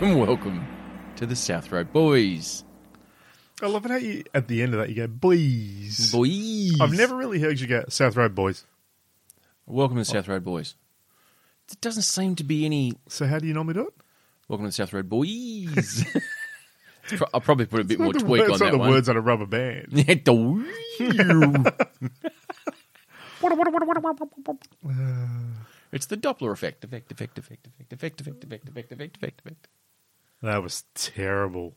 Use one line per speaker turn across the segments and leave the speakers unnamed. welcome to the South Road Boys.
I love it how you at the end of that you go boys.
Boys.
I've never really heard you go South Road boys.
Welcome to the South Road Boys. It doesn't seem to be any
So how do you normally do it?
Welcome to the South Road Boys. It's pro- I'll probably put a bit more
Not the
tweak
words-
on that
not the
one.
words on a rubber band.
Yeah, the- it's the Doppler effect. Effect, effect, effect, effect, effect, effect, effect, effect, effect, effect, effect.
That was terrible.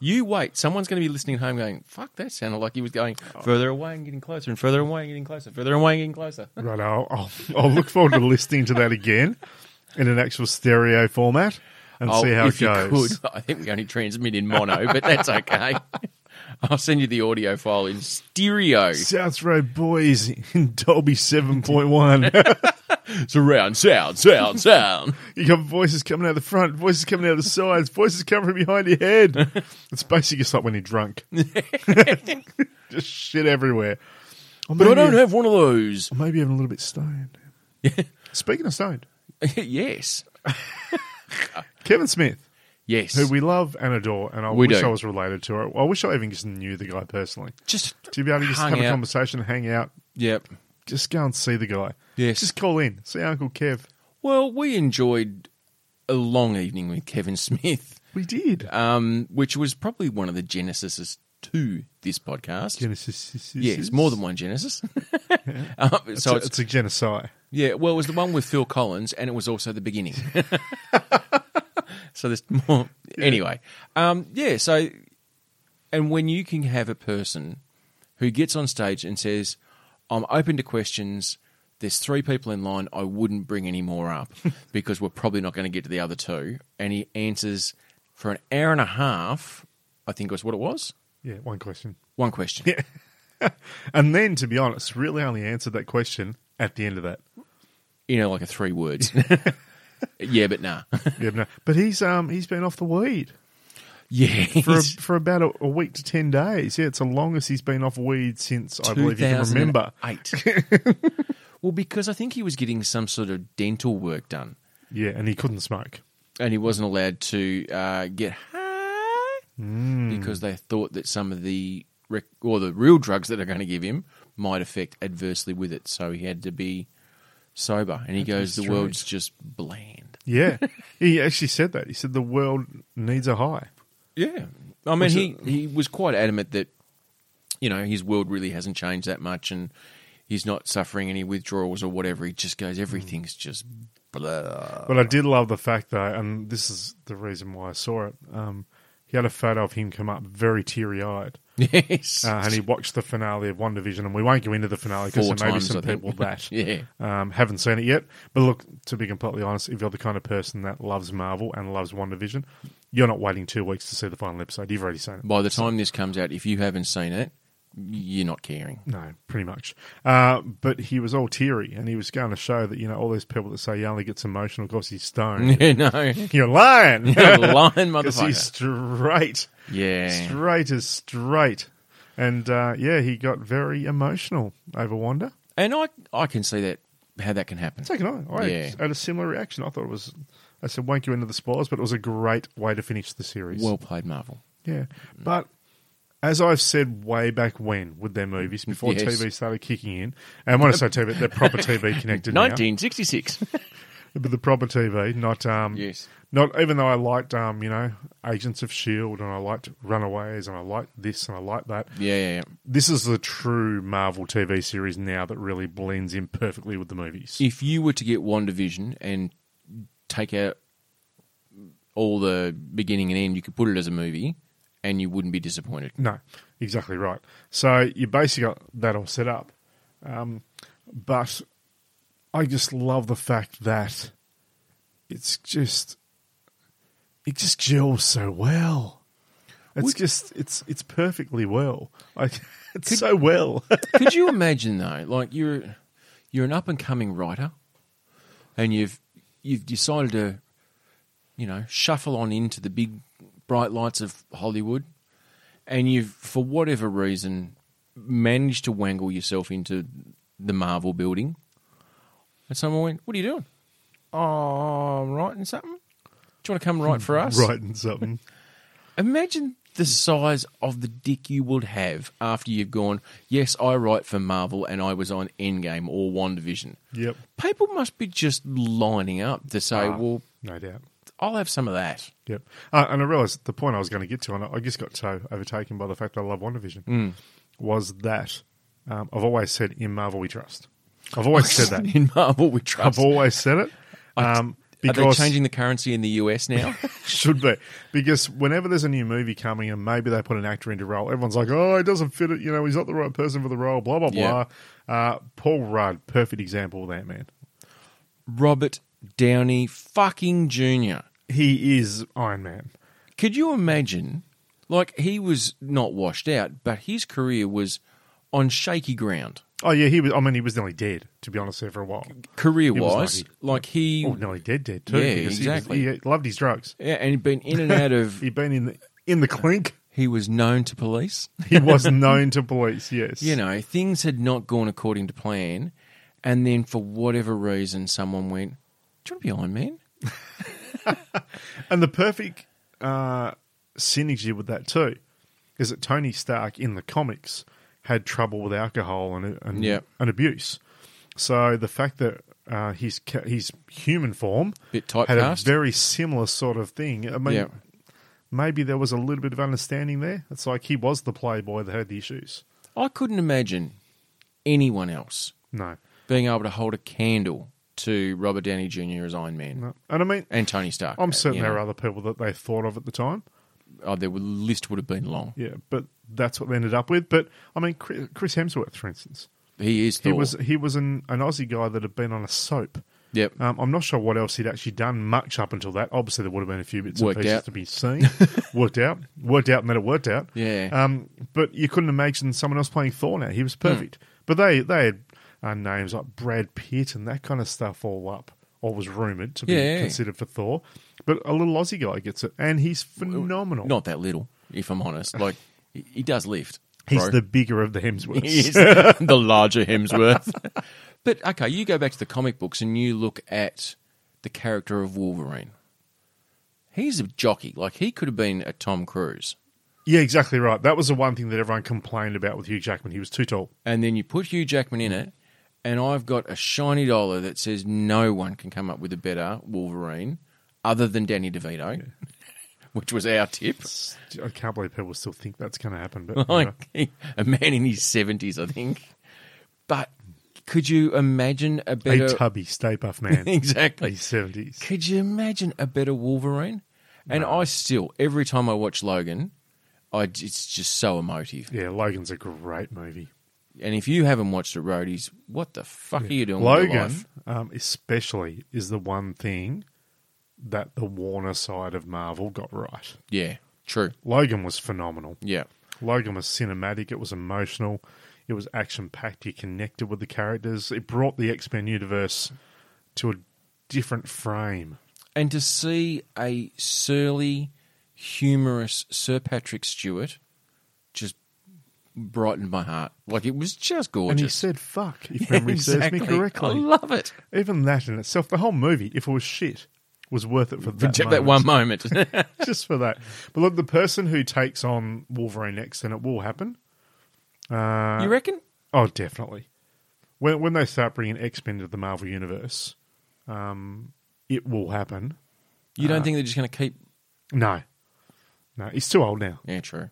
You wait. Someone's going to be listening at home going, fuck, that sounded like he was going further away and getting closer and further away and getting closer, further away and getting closer.
Right, I'll, I'll, I'll look forward to listening to that again in an actual stereo format and
I'll-
see how it
Oh, if you
goes.
could. I think we only transmit in mono, but that's okay. I'll send you the audio file in stereo.
South Road Boys in Dolby 7.1.
Surround sound, sound, sound.
you got voices coming out the front, voices coming out the sides, voices coming from behind your head. It's basically just like when you're drunk. just shit everywhere. Or
But I
maybe-
don't have one of those.
or Maybe even a little bit stoned. Speaking of stoned,
yes.
Kevin Smith,
Yes.
who we love and adore, and I
We
wish
do.
I was related to her. I wish I even just knew the guy personally.
just
To be able to just
hung
have a
out.
conversation, hang out,
Yep.
just go and see the guy.
Yes.
Just call in, see Uncle Kev.
Well, we enjoyed a long evening with Kevin Smith,
We did.
um, which was probably one of the genesises to this podcast.
Genesis.
Yes, more than one Genesis. um,
It's,
so
a,
it's,
it's a genocide.
yeah, well, it was the one with Phil Collins, and it was also the beginning. so there's more. Anyway, um, yeah. So, and when you can have a person who gets on stage and says, "I'm open to questions." There's three people in line. I wouldn't bring any more up because we're probably not going to get to the other two. And he answers for an hour and a half. I think was what it was.
Yeah, one question.
One question.
And then, to be honest, really only answered that question at the end of that.
you know, like a three words. yeah, but nah.
Yeah, no. But he's um he's been off the weed
Yeah,
for a, for about a, a week to ten days. Yeah, it's the longest he's been off weed since I believe you can remember.
Eight. well, because I think he was getting some sort of dental work done,
Yeah, and he couldn't smoke.
and he wasn't allowed to uh, get high
Hmm.
because they thought that some of the rec- or the real drugs that they're going to give him might affect adversely with it. So he had to be sober, and he goes, "The
strange.
world's just bland."
Yeah, he actually said that. He said the world needs a high.
Yeah. I mean,
Which
he, he was quite adamant that, you know, his world really hasn't changed that much and he's not suffering any withdrawals or whatever. He just goes, everything's just blah.
But I did love the fact though, and this is the reason why I saw it. Um, he had a photo of him come up very teary eyed,
Yes.
uh, and he watched the finale of One Division. And we won't go into the finale because
Four
there may be
times, I
some
think.
people that
yeah.
um, haven't seen it yet. But look, to be completely honest, if you're the kind of person that loves Marvel and loves One Division, you're not waiting two weeks to see the final episode. You've already seen it.
By the time this comes out, if you haven't seen it, you're not caring.
No, pretty much. Uh, but he was all teary, and he was going to show that you know all those people that say he only gets emotional because he's stoned.
Yeah, no.
You're lying.
Lying
Because he's
motherfucker.
straight,
Yeah.
straight as straight. And uh, yeah, he got very emotional over Wanda.
And I, I can see that, how that can happen.
So can I. I
Yeah.
had a similar reaction. I thought it was, I said, won't go into the spoilers, but it was a great way to finish the series.
Well played, Marvel.
yeah. But as I've said way back when with their movies, before
Yes.
TV started kicking in, and when I say TV, they're proper TV connected now.
1966.
But the proper TV, not um,
Yes.
not even though I liked um, you know, Agents of Shield, and I liked Runaways, and I liked this, and I liked that.
yeah, yeah, yeah.
This is the true Marvel TV series now that really blends in perfectly with the movies.
if you were to get WandaVision and take out all the beginning and end, you could put it as a movie and you wouldn't be disappointed.
No, exactly right. So you basically got that all set up, um, but I just love the fact that it's just it just gels so well. It's
Would-
just it's it's perfectly well. I, it's so well.
Could you imagine though? Like you're you're an up and coming writer and you've you've decided to you know, shuffle on into the big bright lights of Hollywood and you've for whatever reason managed to wangle yourself into the Marvel building. And someone went, What are you doing? Oh, I'm writing something. Do you want to come write for us?
writing something.
Imagine the size of the dick you would have after you've gone, yes, I write for Marvel and I was on Endgame or WandaVision.
yep,
People must be just lining up to say,
Ah.
well,
no doubt.
I'll have some of that.
Yep. Uh, and I realised the point I was going to get to, and I just got so overtaken by the fact I love WandaVision,
Mm.
was that um, I've always said, in Marvel we trust. I've always said that.
In Marvel, we trust.
I've always said it. Um,
Are they
because
changing the currency in the US now?
should be because whenever there's a new movie coming and maybe they put an actor into a role, everyone's like, "Oh, it doesn't fit it. You know, he's not the right person for the role." Blah blah
Yeah.
blah. Uh, Paul Rudd, perfect example of that man.
Robert Downey fucking Jr.
He is Iron Man.
Could you imagine? Like, he was not washed out, but his career was on shaky ground,
Oh yeah, he was. I mean, he was nearly dead to be honest there for a while.
career
was
wise.
lucky.
Like, he.
Oh, nearly dead, dead too.
Yeah,
because
exactly.
He, was, he loved his drugs.
Yeah, and he'd been in and out of.
He'd been in the, in the clink.
he was known to police.
He was known to police. Yes.
You know, things had not gone according to plan, and then for whatever reason, someone went, "Do you want to be Iron Man?"
And the perfect uh, synergy with that too is that Tony Stark in the comics had trouble with alcohol and and,
Yeah.
and abuse. So the fact that uh, his ca- his human form
Bit
had a
typecast.
very similar sort of thing. I mean,
Yeah.
maybe there was a little bit of understanding there. It's like he was the playboy that had the issues.
I couldn't imagine anyone else
No,
being able to hold a candle to Robert Downey Jr. as Iron Man
no. and I mean,
and Tony Stark.
I'm certain
you
there
know.
are other people that they thought of at the time.
Oh, their list would have been long.
Yeah, but that's what they ended up with. But I mean, Chris Chris Hemsworth, for instance.
He is
He
Thor.
was he was an, an Aussie guy that had been on a soap.
Yep.
Um, I'm not sure what else he'd actually done much up until that. Obviously, there would have been a few bits
Worked
and pieces
out.
to be seen. worked out, worked out, and then it worked out.
Yeah. Hmm.
Um, but you couldn't imagine someone else playing Thor now. He was perfect. But they they had uh, names like Brad Pitt and that kind of stuff all up, or was rumored to be
Yeah.
considered for Thor. But a little Aussie guy gets it, and he's phenomenal.
Not that little, if I'm honest. Like he he does lift.
he's
bro.
the bigger of the Hemsworths.
He is the larger Hemsworth. but okay, you go back to the comic books and you look at the character of Wolverine. He's a jockey. Like he could have been a Tom Cruise.
Yeah, exactly right. That was the one thing that everyone complained about with Hugh Jackman. He was too tall.
And then you put Hugh Jackman in it, and I've got a shiny dollar that says no one can come up with a better Wolverine other than Danny DeVito, which was our tip.
I can't believe people still think that's going to happen. But you know.
Like a man in his seventies, I think. But could you imagine a better
a tubby, stay buff man.
exactly?
He's seventies.
Could you imagine a better Wolverine? And I still, every time I watch Logan, I, it's just so emotive.
Yeah, Logan's a great movie.
And if you haven't watched it, Roadies, what the fuck are you doing with your
Logan,
life?
um, especially, is the one thing that the Warner side of Marvel got right.
Yeah, true.
Logan was phenomenal.
Yeah.
Logan was cinematic. It was emotional. It was action packed. You connected with the characters. It brought the X Men universe to a different frame.
And to see a surly, humorous Sir Patrick Stewart just brightened my heart. Like, it was just
And he
gorgeous.
said "fuck" if memory
Exactly.
serves me correctly.
I love it.
Even that in itself, the whole movie, if it was shit, was worth it for that,
That, that one moment.
just for that. But look, the person who takes on Wolverine next, and it will happen. Uh,
you reckon?
oh, definitely. When when they start bringing X Men to the Marvel universe, um, it will happen.
You
uh,
don't think they're just going to keep.
No, no, he's too old now.
Yeah, true.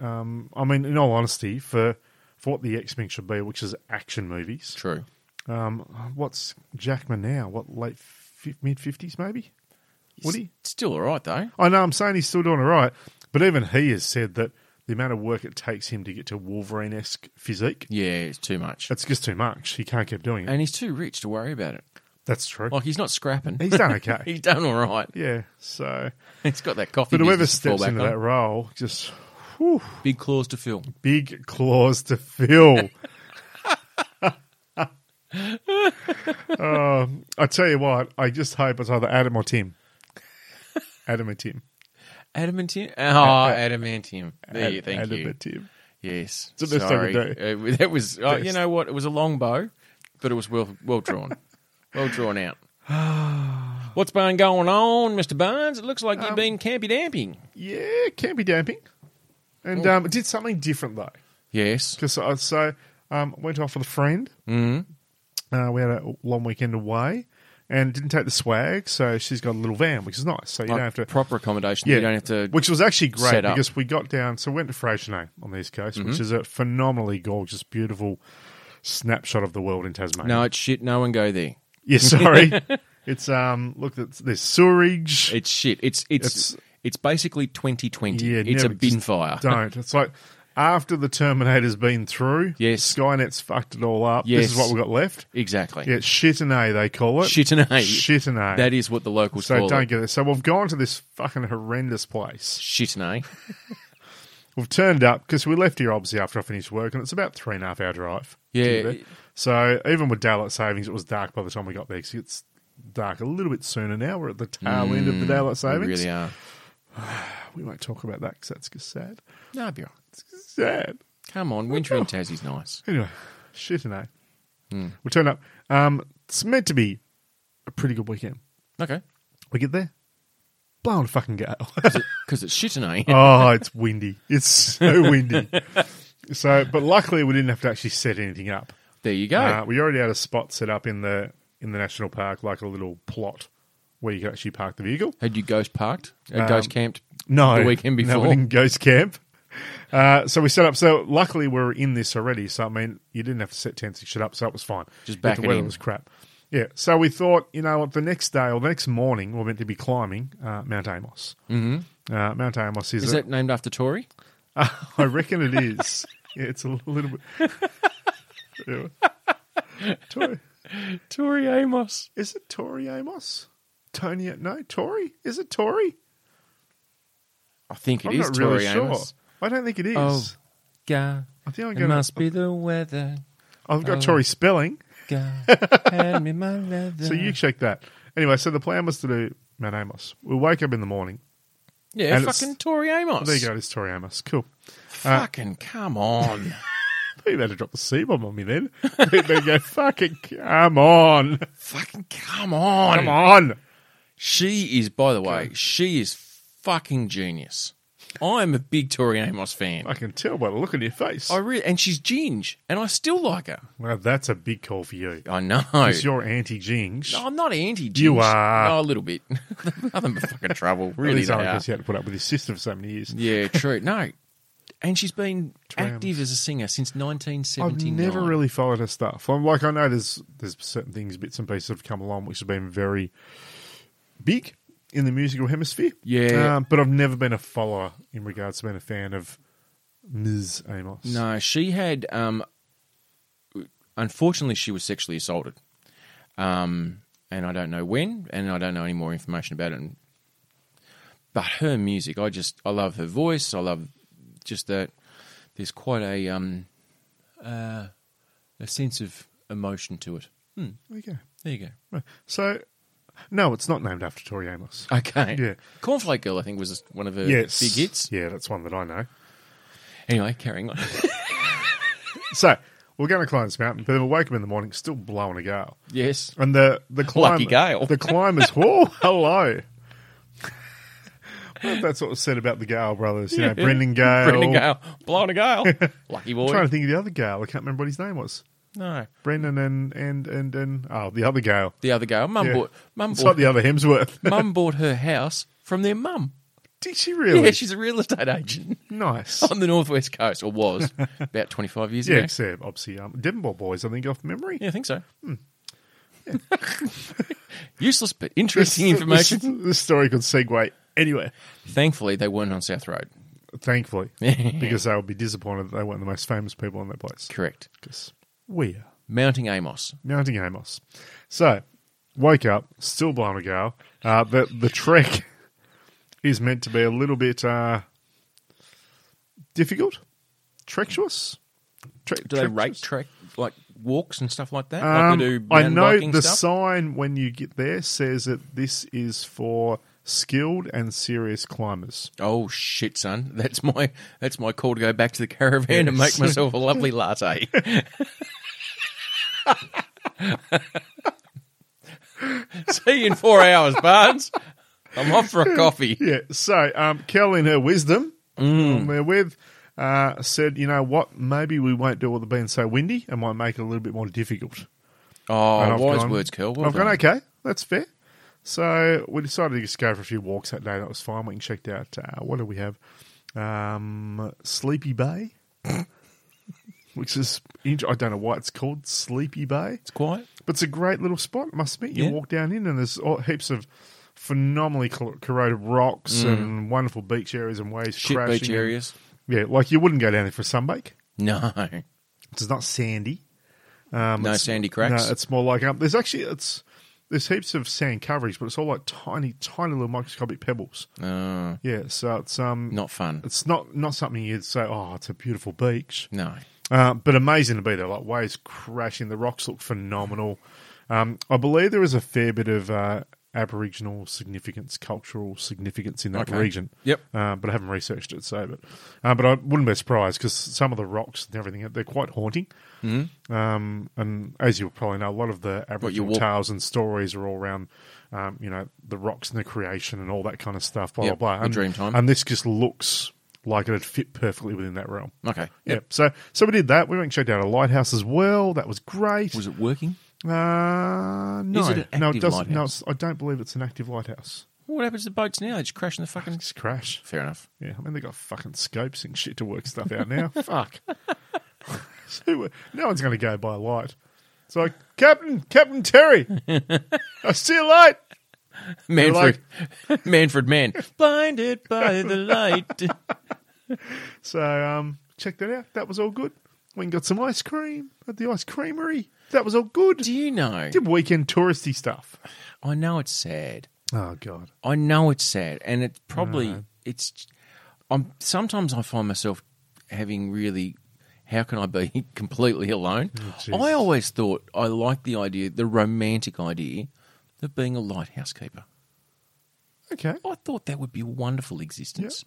Um, I mean, in all honesty, for for what the X Men should be, which is action movies,
True.
um, what's Jackman now? What late fi mid fifties, maybe? Would he?
It's still all right, though.
I know I'm saying he's still doing all right, but even he has said that the amount of work it takes him to get to Wolverine esque physique,
Yeah, it's too much.
that's just too much. He can't keep doing it.
And he's too rich to worry about it.
that's true.
Like, he's not scrapping.
He's done okay.
he's done all right.
yeah, so.
He's got that coffee.
But whoever
business to fall
steps into
back
that
on.
role, just whew,
Big claws to fill.
big claws to fill. um, I tell you what, I just hope it's either Adam or Tim. Adam or Tim.
Adamantium. Oh, adamantium. There you, thank
Adam
you.
or Tim.
Yes.
It's the best I
Sorry.
could
Uh, that was, oh, you
Best.
know what? It was a long bow, but it was well, well drawn. well drawn out. What's been going on, Mr. Barnes? It looks like you've
Um,
been campy damping.
Yeah, can't be damping. And um, it did something different though,
Yes.
because I uh, so um, went off with a friend.
Mm.
Uh, we had a long weekend away, and didn't take the swag, so she's got a little van, which is nice. So you
Like
don't have to
proper accommodation. You don't have to.
Which was actually great
set up. Mm-hmm.
because we got down. So we went to Freycinet on the east coast, which is a phenomenally gorgeous, beautiful snapshot of the world in Tasmania.
no, it's shit. No one go there.
yeah, sorry. it's um, look, it's, there's sewerage.
It's shit. It's it's it's,
It's-
basically 2020.
Yeah,
it's a
never-
bin
just
fire.
don't. It's like after the Terminator's been through.
Yes.
Skynet's fucked it all up. This
Yes.
is what we got left.
Exactly.
Yeah, shit and a they call it.
Shit and a.
Shit and a.
That is what the locals
so
call
don't
it.
get it. So we've gone to this fucking horrendous place.
Shit and a.
We've turned up because we left here obviously after I finished work, and it's about three and a half hour drive. to
Yeah.
there. So even with daylight savings, it was dark by the time we got there. 'cause it's dark a little bit sooner now. We're at the tail end of the daylight
They Mm,
savings.
really are.
We won't talk about that because that's just sad.
No, it'd be all right.
Sad.
Come on, winter in Tassie's nice.
Anyway, shit and a.
Hmm.
We turn up. Um, it's meant to be a pretty good weekend.
Okay.
We get there, blown a fucking gale.
Because it's shit and a.
oh, it's windy. It's so windy. So, but luckily we didn't have to actually set anything up.
There you go.
Uh, we already had a spot set up in the in the national park, like a little plot where you could actually park the vehicle.
Had you ghost parked?
Um,
Uh, ghost camped?
No,
The weekend
no,
before?
we didn't ghost camp. Uh, so we set up. So luckily we were in this already. So I mean, you didn't have to set tents and shit up. So it was fine.
Just
But
back
the
it
weather
in.
was crap. Yeah. So we thought, you know what? The next day or the next morning, we're meant to be climbing uh, Mount Amos. Mm-hmm. Uh, Mount Amos is,
Is
a-
that named after Tory?
I reckon it is. yeah, it's a little bit. Yeah. Toy.
Tory Amos.
Is it Tori Amos? Tony? No, Tori. Is it Tori?
I think it
I'm
is
not
Tory
really
Amos.
sure. I don't think it is.
Oh, God.
I think I'm
It
gonna,
must uh, be the weather.
I've got Tori spelling,
God, hand me my leather.
so you check that. Anyway, so the plan was to do Mount Amos. We wake up in the morning.
yeah,
and it's-
fucking Tory Amos.
There you go, Uh, it's Tori Amos. Cool.
Fucking come on.
You better drop the C bomb on me then. they go, fucking come on.
fucking come on.
Come on.
She is, by the way, she is fucking genius. I'm a big Tori Amos fan.
I can tell by the look on your face.
I really, and she's ginge, and I still like her.
Well, that's a big call for you.
I know.
Because you're anti Jings.
No, I'm not anti ginge.
You are.
No, a little bit. Nothing but fucking trouble. Really, they are.
Because you had to put up with your sister for so many years.
Yeah, true. No. And she's been
Trams.
active as a singer since
I've
1979.
never really followed her stuff. I'm like I know there's there's certain things, bits and pieces have come along which have been very big in the musical hemisphere.
Yeah.
um, but I've never been a follower in regards to being a fan of Ms. Amos.
No, she had. Um, unfortunately, she was sexually assaulted, um, and I don't know when, and I don't know any more information about it. And, but her music, I just, I love her voice. I love just that. There's quite a um, uh, a sense of emotion to it. Hmm,
There you
there you go.
go. So, no, it's not named after Tori Amos.
Okay.
Yeah.
Cornflake Girl, I think, was one of her
yes,
Uh, big hits.
Yeah, that's one that I know.
Anyway, carrying on.
So we're going to climb this mountain, but we wake up in the morning, still blowing a gale.
yes.
And the the climb,
Lucky gale.
The climb is whoa, hello. Well, That's what was said about the Gale brothers. You know, Brendan Gale.
Brendan Gale. Blowing a Gale. Lucky
I'm trying
boy.
to think of the other Gale. I can't remember what his name was.
No.
Brendan and and and and oh, the other Gale.
the other girl. Mum
Yeah.
bought mum
It's not
bought,
the other Hemsworth.
mum bought her house from their mum.
Did she really?
Yeah, she's a real estate agent
nice.
on the northwest coast, or was about twenty five years
yeah,
ago.
except obviously um, Devonport boys. I think off memory.
Yeah, I think so.
Hmm.
Useless but interesting information.
This, this story could segue anywhere.
Thankfully, they weren't on South Road.
Thankfully, because they would be disappointed that they weren't the most famous people in that place.
Correct.
Because we are.
Mounting Amos.
Mounting Amos. So, wake up, still blowing a gale. Uh, the the trek is meant to be a little bit uh, difficult, treacherous. Tre-
Do they rate
treacherous?
track like walks and stuff like that? like
Um,
they do
I
mountain
know
biking
the
stuff?
sign when you get there says that this is for skilled and serious climbers.
oh shit, son! That's my that's my call to go back to the caravan and make
Yes.
myself a lovely latte. See you in four hours, Barnes. I'm off for a coffee.
Yeah. So, um, Kel, in her wisdom,
Mm.
on there with, uh, said, you know what? Maybe we won't do all the being so windy and might make it a little bit more difficult. And
Oh,
I've
wise
gone-
words, Curl. Well
I've
done.
gone, okay, that's fair. So we decided to just go for a few walks that day. That was fine. We checked out, uh, what do we have? Um, Sleepy Bay, which is, int- I don't know why it's called Sleepy Bay,
It's quiet.
but it's a great little spot, I must admit. You
Yeah.
walk down in and there's all, heaps of phenomenally cor- corroded rocks and wonderful beach areas and waves
Mm. Shit
crashing.
beach
and-
areas.
yeah, like you wouldn't go down there for a sunbake.
No.
It's not sandy. Um,
No
it's-
sandy cracks?
No, it's more like um, there's actually it's there's heaps of sand coverage, but it's all like tiny, tiny little microscopic pebbles.
Uh,
Yeah, so it's um,
not fun.
it's not not something you'd say, oh, it's a beautiful beach,
No.
uh, but amazing to be there. Like waves crashing, the rocks look phenomenal. Um, I believe there is a fair bit of uh, Aboriginal significance, cultural significance in that
Okay.
region.
Yep.
Uh, but I haven't researched it, so but uh, but I wouldn't be surprised because some of the rocks and everything they're quite haunting.
Mm.
Um, and as you probably know, a lot of the Aboriginal
walk-
tales and stories are all around, um, you know, the rocks and the creation and all that kind of stuff. Blah
Yep,
blah
the
blah. And,
dream time.
and this just looks like it'd fit perfectly within that realm.
Okay.
Yeah. So so we did that. We went and checked out a lighthouse as well. That was great.
Was it working?
Uh, no,
it an
no,
active
it doesn't. No,
lighthouse?
it's, I don't believe it's an active lighthouse.
What happens to the boats now? They just crash in the fucking.
It's crash.
Fair enough.
Yeah, I mean they got fucking scopes and shit to work stuff out now. Fuck. So we- no one's going to go by light. It's like Captain Captain Terry. I see you late.
Manfred. Manfred man. Blinded by the light.
So um, check that out. That was all good. Went and got some ice cream at the ice creamery. That was all good.
Do you know?
Did weekend touristy stuff.
I know it's sad.
Oh god.
I know it's sad, and it's probably it's. I'm sometimes I find myself having really. How can I be completely alone?
Jesus.
I always thought I liked the idea, the romantic idea, of being a lighthouse keeper.
Okay.
I thought that would be a wonderful existence.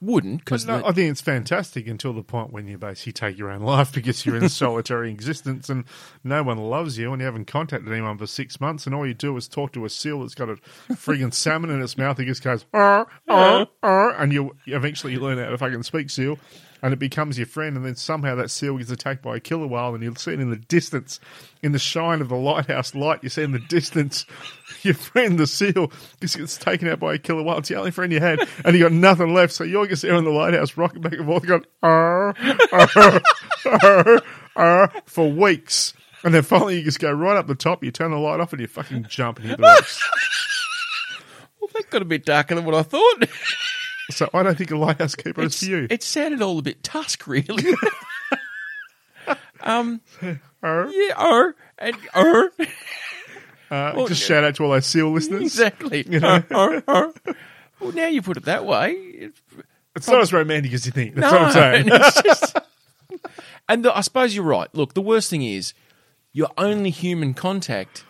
Wouldn't because
No, I think it's fantastic until the point when you basically take your own life because you're in solitary existence and no one loves you and you haven't contacted anyone for six months and all you do is talk to a seal that's got a friggin' salmon in its mouth. It just goes, "Arr, arr, arr," Uh, and you you eventually learn how to fucking speak seal and it becomes your friend. And then somehow that seal gets attacked by a killer whale and you'll see it in the distance, in the shine of the lighthouse light. You see in the distance your friend, the seal, just gets taken out by a killer whale. It's the only friend you had and you got nothing left. So you're just there in the lighthouse rocking back and forth going, "Uh, arr, arr, arr, arr, uh," for weeks. And then finally, you just go right up the top. You turn the light off, and you fucking jump and hit the rocks.
well, that got a bit darker than what I thought.
So I don't think a lighthouse keeper
It's-
is for you.
It sounded all a bit Tusk, really. um,
Arr.
yeah, er, and er,
Uh,
Well,
just
yeah.
shout out to all our seal listeners.
exactly. Er, er, er. Well, now you put it that way. It's,
It's not as romantic as you think. That's what I'm saying.
and it's just- and the, I suppose you're right. Look, the worst thing is your only human contact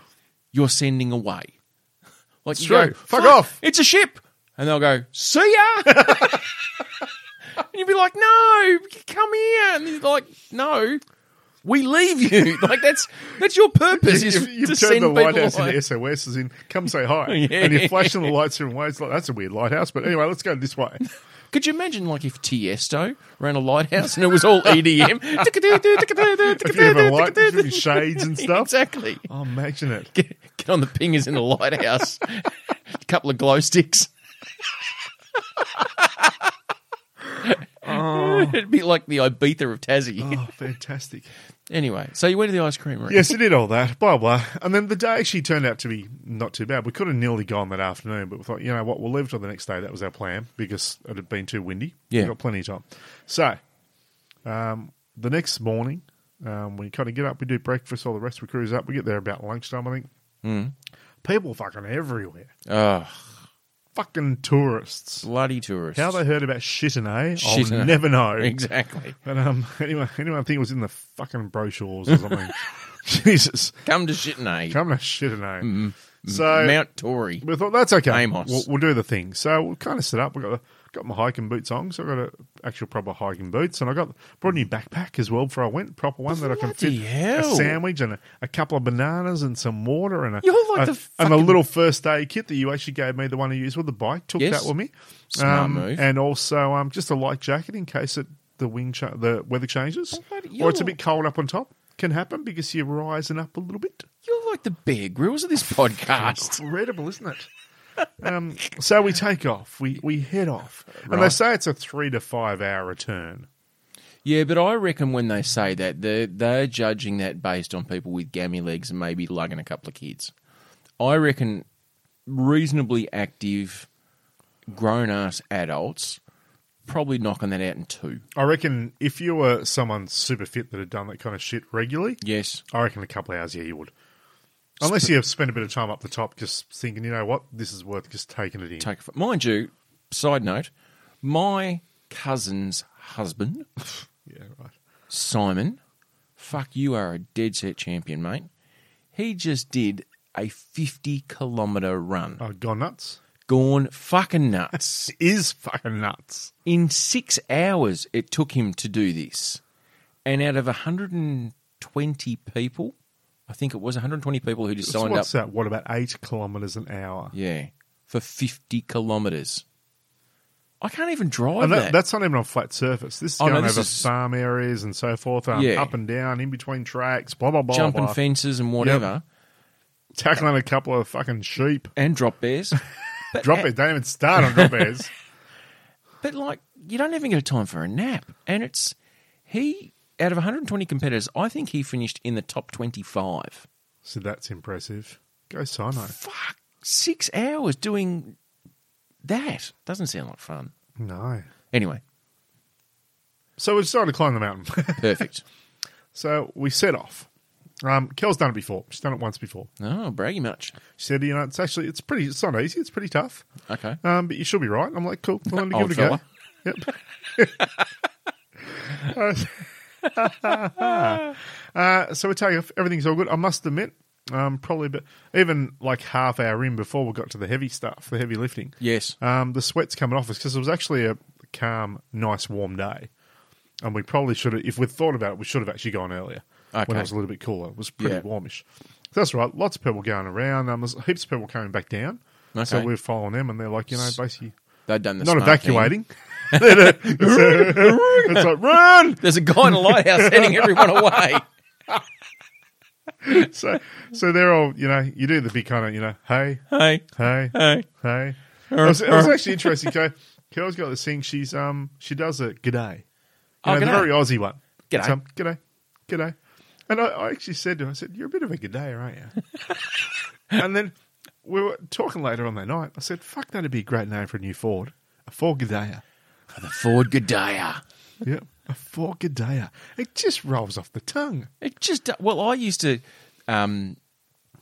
you're sending away. Like you
true.
go,
Fuck off."
It's a ship, and they'll go, "See ya." and you'd be like, "No, come here," and they're like, "No." We leave you. Like that's that's your purpose is
You've, you've
to
turned
send
the
people
lighthouse
away.
into SOS, as in, come say hi.
Yeah.
And you're flashing the lights in ways like, that's a weird lighthouse. But anyway, let's go this way.
Could you imagine, like, if Tiesto ran a lighthouse and it was all E EDM?
If you have a light, there's gonna be shades and stuff.
Exactly.
Oh, imagine it.
Get, get on the pingers in the lighthouse. a couple of glow sticks. It'd be like the Ibiza of Tassie.
Oh, fantastic.
Anyway, so you went to the ice cream right?
Yes, it did all that, blah, blah. And then the day actually turned out to be not too bad. We could have nearly gone that afternoon, but we thought, you know what, we'll leave till the next day. That was our plan because it had been too windy.
Yeah.
We've got plenty of time. So um, the next morning, um, we kind of get up, we do breakfast, all the rest, we cruise up. We get there about lunchtime, I think.
Mm.
People fucking everywhere.
Oh,
Fucking tourists.
bloody tourists.
How they heard about shitting, eh?
Shitting, eh?
I'll never know.
Exactly.
But um, anyway, anyway, I think it was in the fucking brochures or something. Jesus,
Come to Shitney.
come to shit and So
Mount Tory.
we thought that's okay.
Amos.
We'll, we'll do the thing. So we kind of set up. We got the got my hiking boots on, so I got a actual proper hiking boots, and I got brought a new backpack as well before I went, proper one that I can fit
Bloody hell.
a sandwich and a, a couple of bananas and some water and a
You're like
a-
the
and a
fucking-
little first aid kit that you actually gave me, the one I used with the bike, took
Yes.
that with me, Um,
Smart move.
and also um, just a light jacket in case it, the wind cha- the weather changes
Bloody
or it's a
hell.
bit cold up on top. Can happen because you're rising up a little bit.
You're like the Bear Grylls of this podcast.
Incredible, isn't it? um, so we take off. We we head off, and they
Right.
say it's a three to five hour return.
Yeah, but I reckon when they say that, they're, they're judging that based on people with gammy legs and maybe lugging a couple of kids. I reckon reasonably active, grown ass adults probably knocking that out in two.
I reckon if you were someone super fit that had done that kind of shit regularly,
Yes.
I reckon a couple of hours, yeah, you would. Unless you have spent a bit of time up the top, just thinking, you know what, this is worth just taking it in.
Take a, mind you, side note, my cousin's husband,
yeah, right.
Simon, fuck, you are a dead set champion, mate. He just did a 50 kilometre run.
Oh, gone nuts
Gone fucking nuts.
is fucking nuts.
In six hours, it took him to do this. And out of 120 people, I think it was 120 people who just
So
signed up.
what's that? What about eight kilometers an hour?
Yeah, for 50 kilometres. I can't even drive
And that,
Oh, that.
that's not even on flat surface. This is
Oh, no,
going
this
over
is-
farm areas and so forth, um,
Yeah.
up and down, in between tracks, blah blah blah,
Jumping
blah.
fences and whatever,
tackling a couple of fucking sheep.
and drop bears. But-
Drop it. Don't even start on drop bears.
But like, you don't even get a time for a nap. And it's he out of 120 competitors, I think he finished in the top 25.
So that's impressive. Go Sino.
Fuck, six hours doing that doesn't sound like fun.
No.
Anyway,
So we started to climb the mountain.
perfect.
so we set off. Um, Kel's done it before. She's done it once before.
No, Oh, braggy much.
She said, you know, it's actually it's pretty. It's not easy. It's pretty tough.
Okay.
Um, but you should be right. And I'm like, cool. I'm going to
Old
give it a
fella.
go. Yep. uh, so we take off. Everything's all good. I must admit, um, probably, but even like half hour in before we got to the heavy stuff, the heavy lifting,
Yes.
um, the sweat's coming off us because it was actually a calm, nice, warm day. And we probably should have, if we'd thought about it, we should have actually gone earlier when
Okay.
it was a little bit cooler. It was pretty
Yeah.
warmish. That's right. Lots of people going around. Um, there's heaps of people coming back down. So
Okay.
we're following them, and they're like, you know, basically
They've done the
not
smart thing.
evacuating. it's like, run!
There's a guy in a lighthouse heading everyone away.
So, so they're all, you know, you do the big kind of, you know, hey,
Hey,
hey,
hey.
hey. It was, it was actually interesting. Okay, Carol's got this thing. She's um, she does a g'day. You
Oh,
know, the
g'day.
very Aussie one.
G'day.
It's, um, g'day, g'day. And I, I actually said to her, I said, "You're a bit of a g'dayer, aren't you?" and then we were talking later on that night. I said, "Fuck, that'd be a great name for a new Ford, a Ford G'dayer."
The Ford Goodyear.
yeah, a Ford G'dayer. It just rolls off the tongue.
It just uh, well, I used to. Um,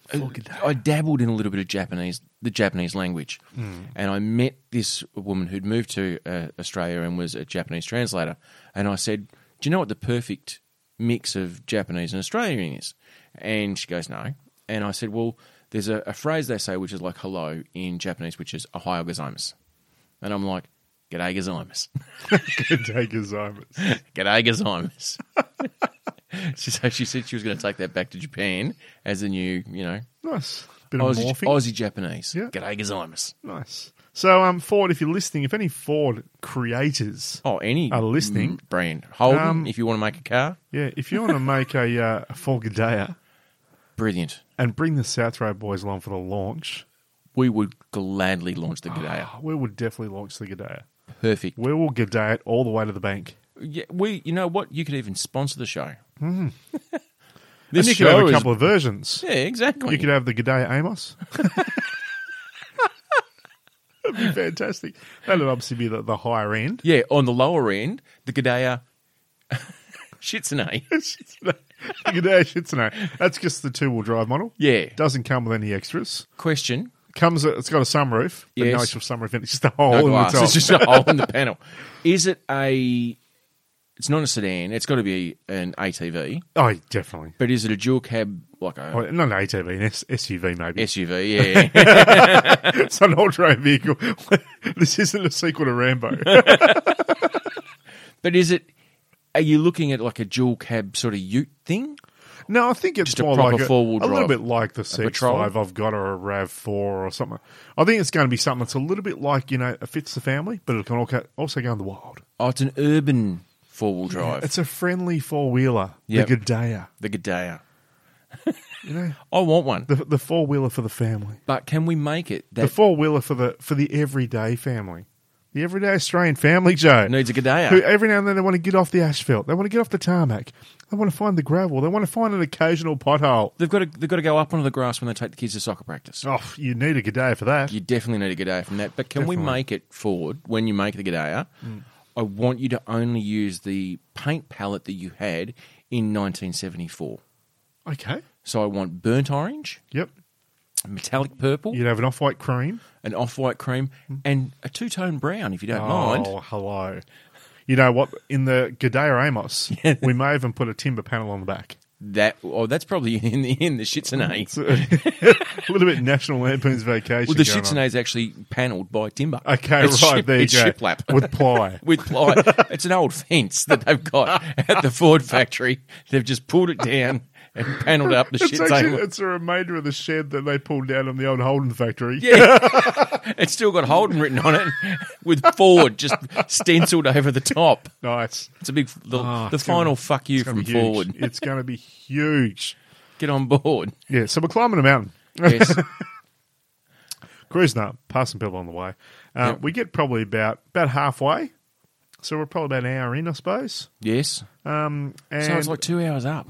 Fucking-
I dabbled in a little bit of Japanese, the Japanese language, and I met this woman who'd moved to uh, Australia and was a Japanese translator. And I said, "Do you know what the perfect mix of Japanese and Australian is?" And she goes, "No." And I said, "Well, there's a, a phrase they say which is like hello in Japanese, which is ohayo gozaimasu," and I'm like, "G'day gozaimasu."
G'day, Gazimus.
G'day, Gazimus. she, so she said she was going to take that back to Japan as a new, you know,
Nice bit of
Aussie,
morphing.
Aussie Japanese.
Yeah.
G'day, Gazimus.
Nice. So, um, Ford, if you're listening, if any Ford creators
Oh, any
Are listening.
m- brand Holden.
Um,
if you want to make a car,
Yeah, if you want to make a, uh, a Forgadea
brilliant.
and bring the South Road Boys along for the launch,
We would gladly launch the G'day.
ah, we would definitely launch the Gadea.
Perfect.
We will Gadea it all the way to the bank.
Yeah, we. You know what? You could even sponsor the show.
Mm-hmm. And you could have a couple of versions.
yeah, exactly.
You could have the Gadea Amos. That'd be fantastic. That'd obviously be the, the higher end.
yeah, on the lower end, the G'day Shitsune.
Shitsune. The Gadea Shitsune. That's just the two wheel drive model.
Yeah.
Doesn't come with any extras.
Question.
Comes, it's got a sunroof, but no
Yes.
actual sunroof in it. It's just a hole
No
in the
glass.
top.
It's just a hole in the panel. Is it a It's not a sedan. It's got to be an ATV.
Oh, definitely.
But is it a dual cab, like a
Oh, not an ATV, an S- SUV maybe.
SUV? Yeah.
It's an ultra vehicle. this isn't a sequel to Rambo.
but is it? Are you looking at like a dual cab sort of Ute thing?
no, I think it's
Just a
more
proper
like a,
four-wheel
a little
drive.
bit like the
patrol?
CX-5 I've got or a RAV4 or something. I think it's going to be something that's a little bit like, you know, it fits the family, but it can alca- also go in the wild.
Oh, it's an urban four wheel drive.
It's a friendly four-wheeler,
Yep.
the Gadea.
the Gadea.
You know,
I want one.
the, the four-wheeler for the family.
But can we make it
the
that
four wheeler for the for the everyday family, the everyday Australian family, Joe.
needs a
Who
Gadea?
every now and then they want to get off the asphalt, they want to get off the tarmac, they want to find the gravel, they want to find an occasional pothole.
They've got to they've got to go up onto the grass when they take the kids to soccer practice.
Oh, you need a good day for that.
You definitely need a Gadea from that. But can we
Definitely. Mm.
make it forward when you make the Gadea? I want you to only use the paint palette that you had in 1974.
Okay.
So I want burnt orange,
Yep.
metallic purple,
You'd have an off-white cream.
an off-white cream, and a two-tone brown, if you don't mind.
Mm. Oh, hello. You know what? In the Gadea Amos, we may even put a timber panel on the back.
That oh, that's probably in the in the Shitsune.
It's a, a little bit National Lampoon's Vacation.
Well, the
going on.
Shitsune is actually panelled by timber.
Okay,
It's
right
ship-
there you
it's
go.
shiplap.
With ply.
with ply. it's an old fence that they've got at the Ford factory. They've just pulled it down and panelled up the
It's
shit.
actually
saying-
it's a remainder of the shed that they pulled down on the old Holden factory.
yeah, it's still got Holden written on it with Ford just stenciled over the top.
Nice.
It's a big the,
Oh,
the
it's gonna-
final fuck you
It's gonna
from
be huge.
Ford.
It's going to be huge.
Get on board.
Yeah. So we're climbing a mountain,
Yes.
cruising up, passing people on the way. Uh,
Yeah.
We get probably about about halfway, so we're probably about an hour in, I suppose.
yes.
Um, and
So it's like two hours up.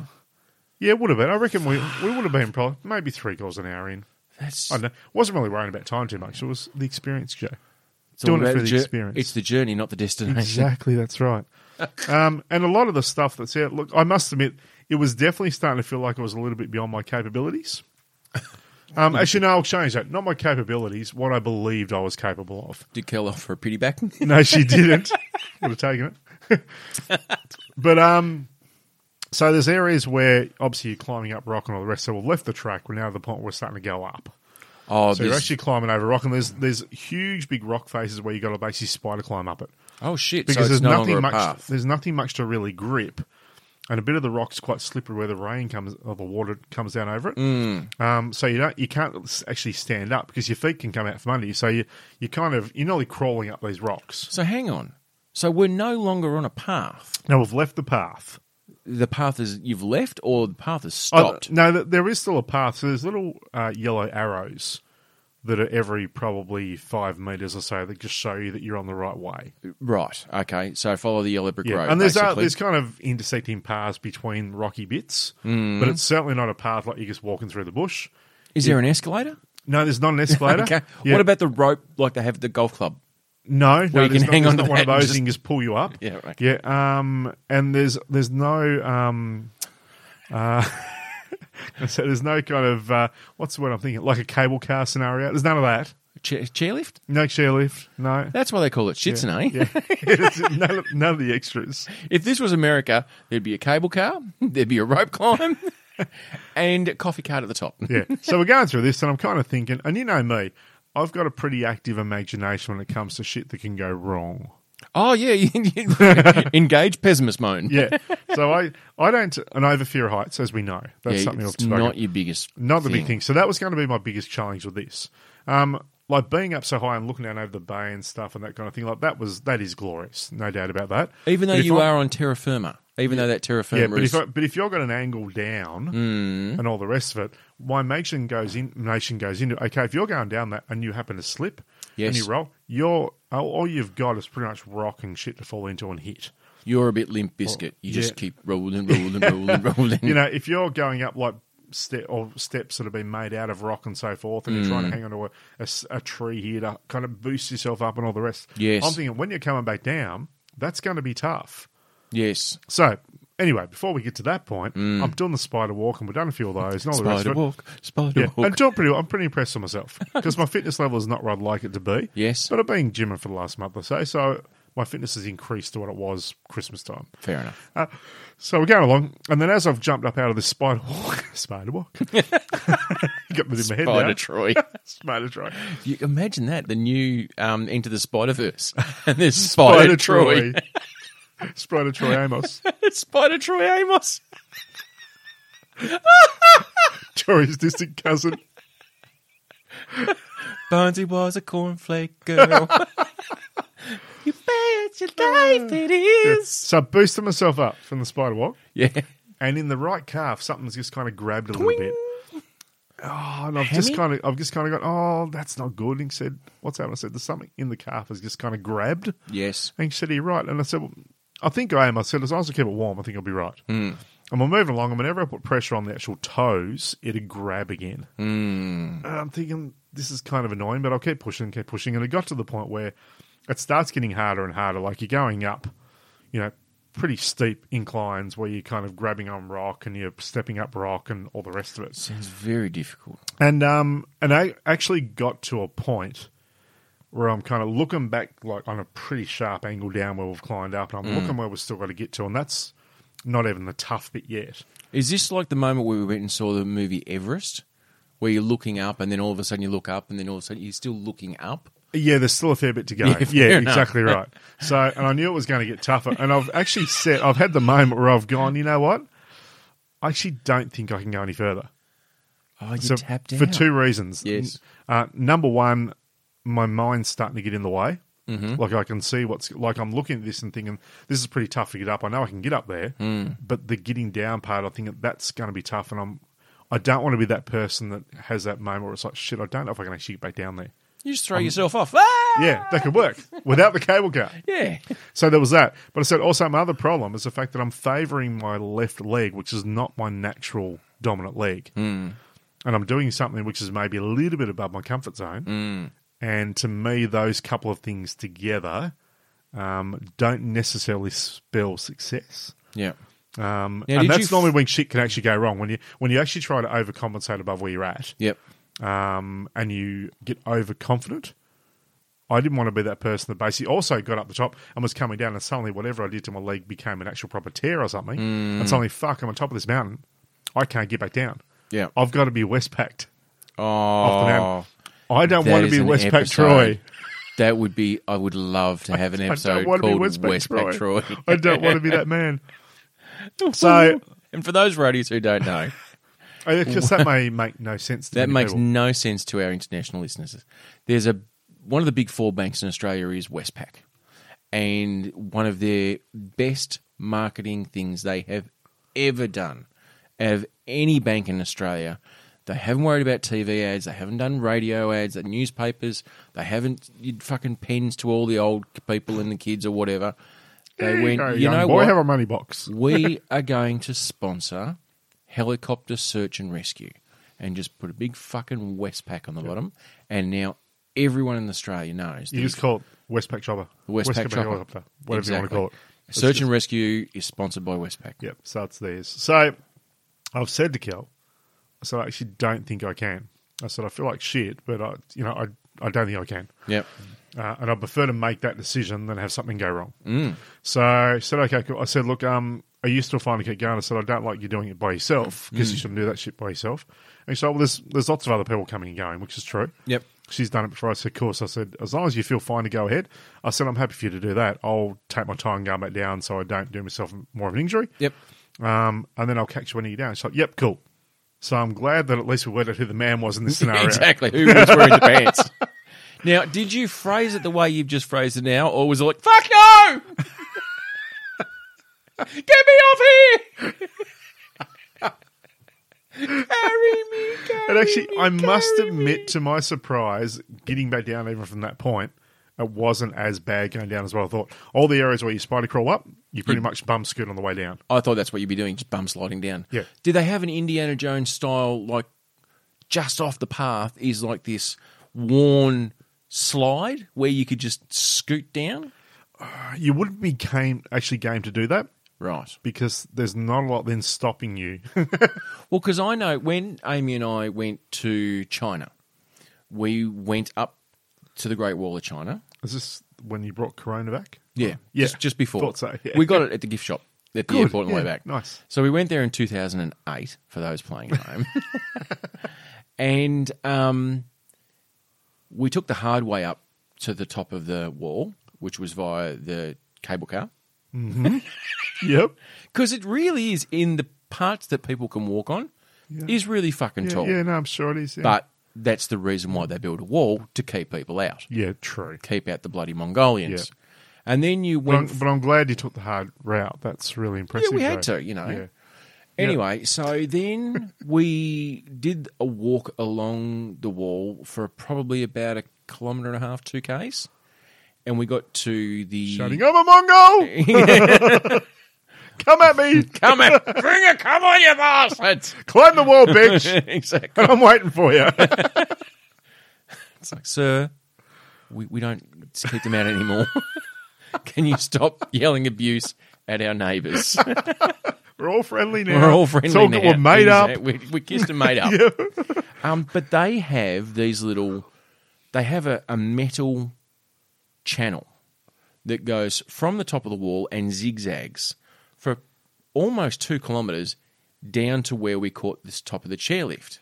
yeah, it would have been. I reckon we we would have been probably maybe three calls an hour in.
That's
I don't know. Wasn't really worrying about time too much. It was the experience, Joe.
it's all
doing it
about
for the
jour-
experience.
It's the journey, not the destination.
Exactly, that's right. Um, and a lot of the stuff that's out, look, I must admit, it was definitely starting to feel like it was a little bit beyond my capabilities. Um, actually, no, I'll change that. Not my capabilities, what I believed I was capable of.
Did Kel offer a pity back?
No, she didn't. Would have taken it. but um, so there's areas where obviously you're climbing up rock and all the rest. So we've left the track. We're now at the point where we're starting to go up.
Oh,
So
there's-
you're actually climbing over rock, and there's there's huge big rock faces where you got to basically spider climb up it
oh shit!
because
so it's
there's
no longer
nothing
a
much.
path.
There's nothing much to really grip, and a bit of the rock's quite slippery where the rain comes or the water comes down over it.
Mm.
Um, so you don't you can't s- actually stand up because your feet can come out from under you. So you you kind of you're nearly crawling up these rocks.
So hang on. So we're no longer on a path.
Now we've left the path.
The path is you've left, or the path is
Oh,
stopped.
no, th- there is still a path. So there's little uh, yellow arrows that are every probably five meters or so that just show you that you're on the right way.
right. Okay. So follow the yellow brick
Yeah,
road.
and there's uh,
basically.
there's kind of intersecting paths between rocky bits,
Mm.
but it's certainly not a path like you're just walking through the bush.
is there an escalator?
No, there's not an escalator.
Okay.
Yeah.
What about the rope like they have at the golf club?
no? no,
you
there's
can
not,
hang
there's
on
not
to
one
that
of
and
those.
just-
You can just pull you up.
Yeah, right.
Yeah, um, and there's there's no um, uh, so there's no kind of uh, what's the word I'm thinking like a cable car scenario. There's none of that.
Chair, chairlift?
No chairlift. No.
That's why they call it Shitsune.
Yeah. It's none, of, none of the extras.
If this was America, there'd be a cable car, there'd be a rope climb, and a coffee cart at the top.
Yeah. So we're going through this, and I'm kind of thinking, and you know me, I've got a pretty active imagination when it comes to shit that can go wrong.
Oh yeah, you- you- engage pessimist mode.
Yeah. so I, I don't, and I have a fear of heights, as we know. That's
Yeah,
something I've
it's
spoken
not your biggest.
Not the big thing. So that was going to be my biggest challenge with this. Um, like being up so high and looking down over the bay and stuff and that kind of thing. Like that was that is glorious, no doubt about that.
Even though
But if
you
I-
are on terra firma, even though that terra firma
yeah, but
is
if I, but if you've got an angle down
Mm.
and all the rest of it, my imagination goes in. Nation goes into okay. If you're going down that and you happen to slip and
Yes.
you roll, you're all, all you've got is pretty much rock and shit to fall into and hit.
You're a bit limp biscuit. You just
Oh, yeah.
keep rolling, rolling, rolling, rolling.
you know, if you're going up like ste or steps that have been made out of rock and so forth, and you're trying
Mm.
to hang onto a, a s- a tree here to kind of boost yourself up and all the rest.
Yes.
I'm thinking when you're coming back down, that's going to be tough.
yes.
So. Anyway, before we get to that point, I'm doing the spider walk, and we've done a few of those, and all the
Mm.
rest
Spider
of it.
walk, spider
Yeah, I'm
walk.
doing pretty. Well. I'm pretty impressed with myself because my fitness level is not where I'd like it to be.
Yes.
but I've been gymming for the last month or so, so my fitness has increased to what it was Christmas time.
Fair enough.
Uh, so we're going along, and then as I've jumped up out of this spider walk, spider walk, got me in my head
Spider
now.
Troy.
spider try.
You imagine that the new um, Into the Spider Verse and there's Spider Troy,
spider Troy Amos.
Spider Troy Amos.
Troy's distant cousin.
Bonesy was a cornflake girl. you bet your life it is.
So I boosted myself up from the spider walk,
Yeah,
and in the right calf, something's just kind of grabbed a little bit. Oh, and I've just kind
Hammy?
of, I've just kind of gone, oh, that's not good. And he said, what's happened? I said, there's something in the calf has just kind of grabbed.
yes,
And she said, Are you right? And I said, well, I think I am. I said, As long as I keep it warm, I think I'll be right. And we're moving along, and whenever I put pressure on the actual toes, it'd grab again. Mm. And I'm thinking, This is kind of annoying, but I'll keep pushing, keep pushing. And it got to the point where it starts getting harder and harder. Like you're going up, you know, pretty steep inclines where you're kind of grabbing on rock and you're stepping up rock and all the rest of it.
sounds very difficult.
And um, and I actually got to a point where I'm kind of looking back, like on a pretty sharp angle down where we've climbed up, and I'm looking where we've still got to get to, and that's not even the tough bit yet.
Is this like the moment where we went and saw the movie Everest, where you're looking up and then all of a sudden you look up and then all of a sudden you're still looking up?
Yeah, there's still a fair bit to go.
Yeah,
Yeah,
fair enough.
exactly right. So, and I knew it was going to get tougher, and I've actually said I've had the moment where I've gone, you know what? I actually don't think I can go any further.
Oh, you
So
tapped out
for two reasons.
Yes.
Uh, number one, my mind's starting to get in the way. Like I can see what's like I'm looking at this and thinking this is pretty tough to get up. I know I can get up there, but the getting down part, I think that's going to be tough. And I'm, I don't want to be that person that has that moment where it's like shit. I don't know if I can actually get back down there.
You just throw
Um,
yourself off. Ah!
Yeah, that could work without the cable car.
yeah.
So there was that. But I said also my other problem is the fact that I'm favouring my left leg, which is not my natural dominant leg.
Hmm.
Mm. And I'm doing something which is maybe a little bit above my comfort zone.
Hmm.
And to me, those couple of things together um, don't necessarily spell success.
Yeah.
Um,
Now,
and
did you
that's
f-
normally when shit can actually go wrong. When you when you actually try to overcompensate above where you're at,
Yep.
um, and you get overconfident. I didn't want to be that person that basically also got up the top and was coming down, and suddenly whatever I did to my leg became an actual proper tear or something.
Mm.
And suddenly, fuck, I'm on top of this mountain. I can't get back down.
Yeah.
I've got to be Westpacked.
Oh.
mountain. I don't
That
want to
is
be
an
Westpack
episode.
Troy.
That would be. I would love to have an
I
episode
don't want to be
called
Westpac,
Westpac Troy.
Troy. I don't want to be that man. So
and for those roadies who don't know,
because that may make no sense. To
that
many
makes
people.
no sense to our international listeners. There's a one of the big four banks in Australia is Westpac, and one of their best marketing things they have ever done out of any bank in Australia. They haven't worried about TV ads. They haven't done radio ads. The newspapers. They haven't you fucking pens to all the old people and the kids or whatever. They
Here you
went.
go,
you
young
know
boy,
what?
have a money box.
we are going to sponsor helicopter search and rescue and just put a big fucking Westpac on the bottom. And now everyone in Australia knows.
You
that
just call it Westpac Chopper,
Westpac Chopper.
Helicopter, whatever
Exactly.
you want to call it.
search and rescue is sponsored by Westpac.
Yep, so it's theirs. So I've said to Kel, I said I actually don't think I can. I said I feel like shit, but I, you know, I, I don't think I can,
Yep.
uh, and I prefer to make that decision than have something go wrong. Mm. So I said, okay, cool. I said, look, um, are you still fine to keep going? I said, I don't like you doing it by yourself because you shouldn't do that shit by yourself. And he said, well, there's there's lots of other people coming and going, which is true.
Yep.
She's done it before. I said, of course. I said, as long as you feel fine to go ahead. I said, I'm happy for you to do that. I'll take my time going back down so I don't do myself more of an injury.
Yep.
Um, and then I'll catch you when you're down. She's like, yep, cool. So I'm glad that at least we worked out who the man was in this scenario.
Exactly. Who was wearing the pants? Now, did you phrase it the way you've just phrased it now, or was it like, fuck no! Get me off here! Carry me, carry
And actually,
me,
I must
carry
admit to my surprise, getting back down even from that point, it wasn't as bad going down as what I thought. All the areas where you spider crawl up, you
Mm.
pretty much bum scoot on the way down.
I thought that's what you'd be doing, just bum sliding down.
Yeah.
Did they have an Indiana Jones style, like just off the path is like this worn slide where you could just scoot down?
You wouldn't be game, actually game to do that
Right.
because there's not a lot then stopping you.
Well, because I know when Amy and I went to China, we went up to the Great Wall of China.
Is this when you brought Corona back?
Yeah,
Yeah.
Just, just before.
Thought so, yeah.
We got it at the gift shop at the
Good,
airport on the way
yeah,
back.
nice.
So we went there in 2008 for those playing at home, and um, we took the hard way up to the top of the wall, which was via the cable car,
Yep.
because it really is in the parts that people can walk on.
Yeah.
Is really fucking
Yeah,
tall,
yeah, no, I'm sure it is. Yeah.
but that's the reason why they build a wall to keep people out,
yeah, true.
keep out the bloody Mongolians.
Yeah.
And then you
But I'm,
went
but I'm glad you took the hard route. That's really
Yeah,
impressive.
we had
though.
to, you know.
Yeah.
Anyway, so then we did a walk along the wall for probably about a kilometre and a half, two k's, and we got to the
Shouting, I'm a Mongol! Come at me!
Come on, bring it! Come on, you bastards!
Climb the wall, bitch!
exactly.
I'm waiting for you.
It's like, sir, we, we don't keep them out anymore. Can you stop yelling abuse at our neighbours?
We're all friendly now.
We're all friendly
it's all
now.
good. We're made up.
Exact- We, we kissed and made up. um, but they have these little. They have a, a metal channel that goes from the top of the wall and zigzags for almost two kilometres down to where we caught this top of the chairlift.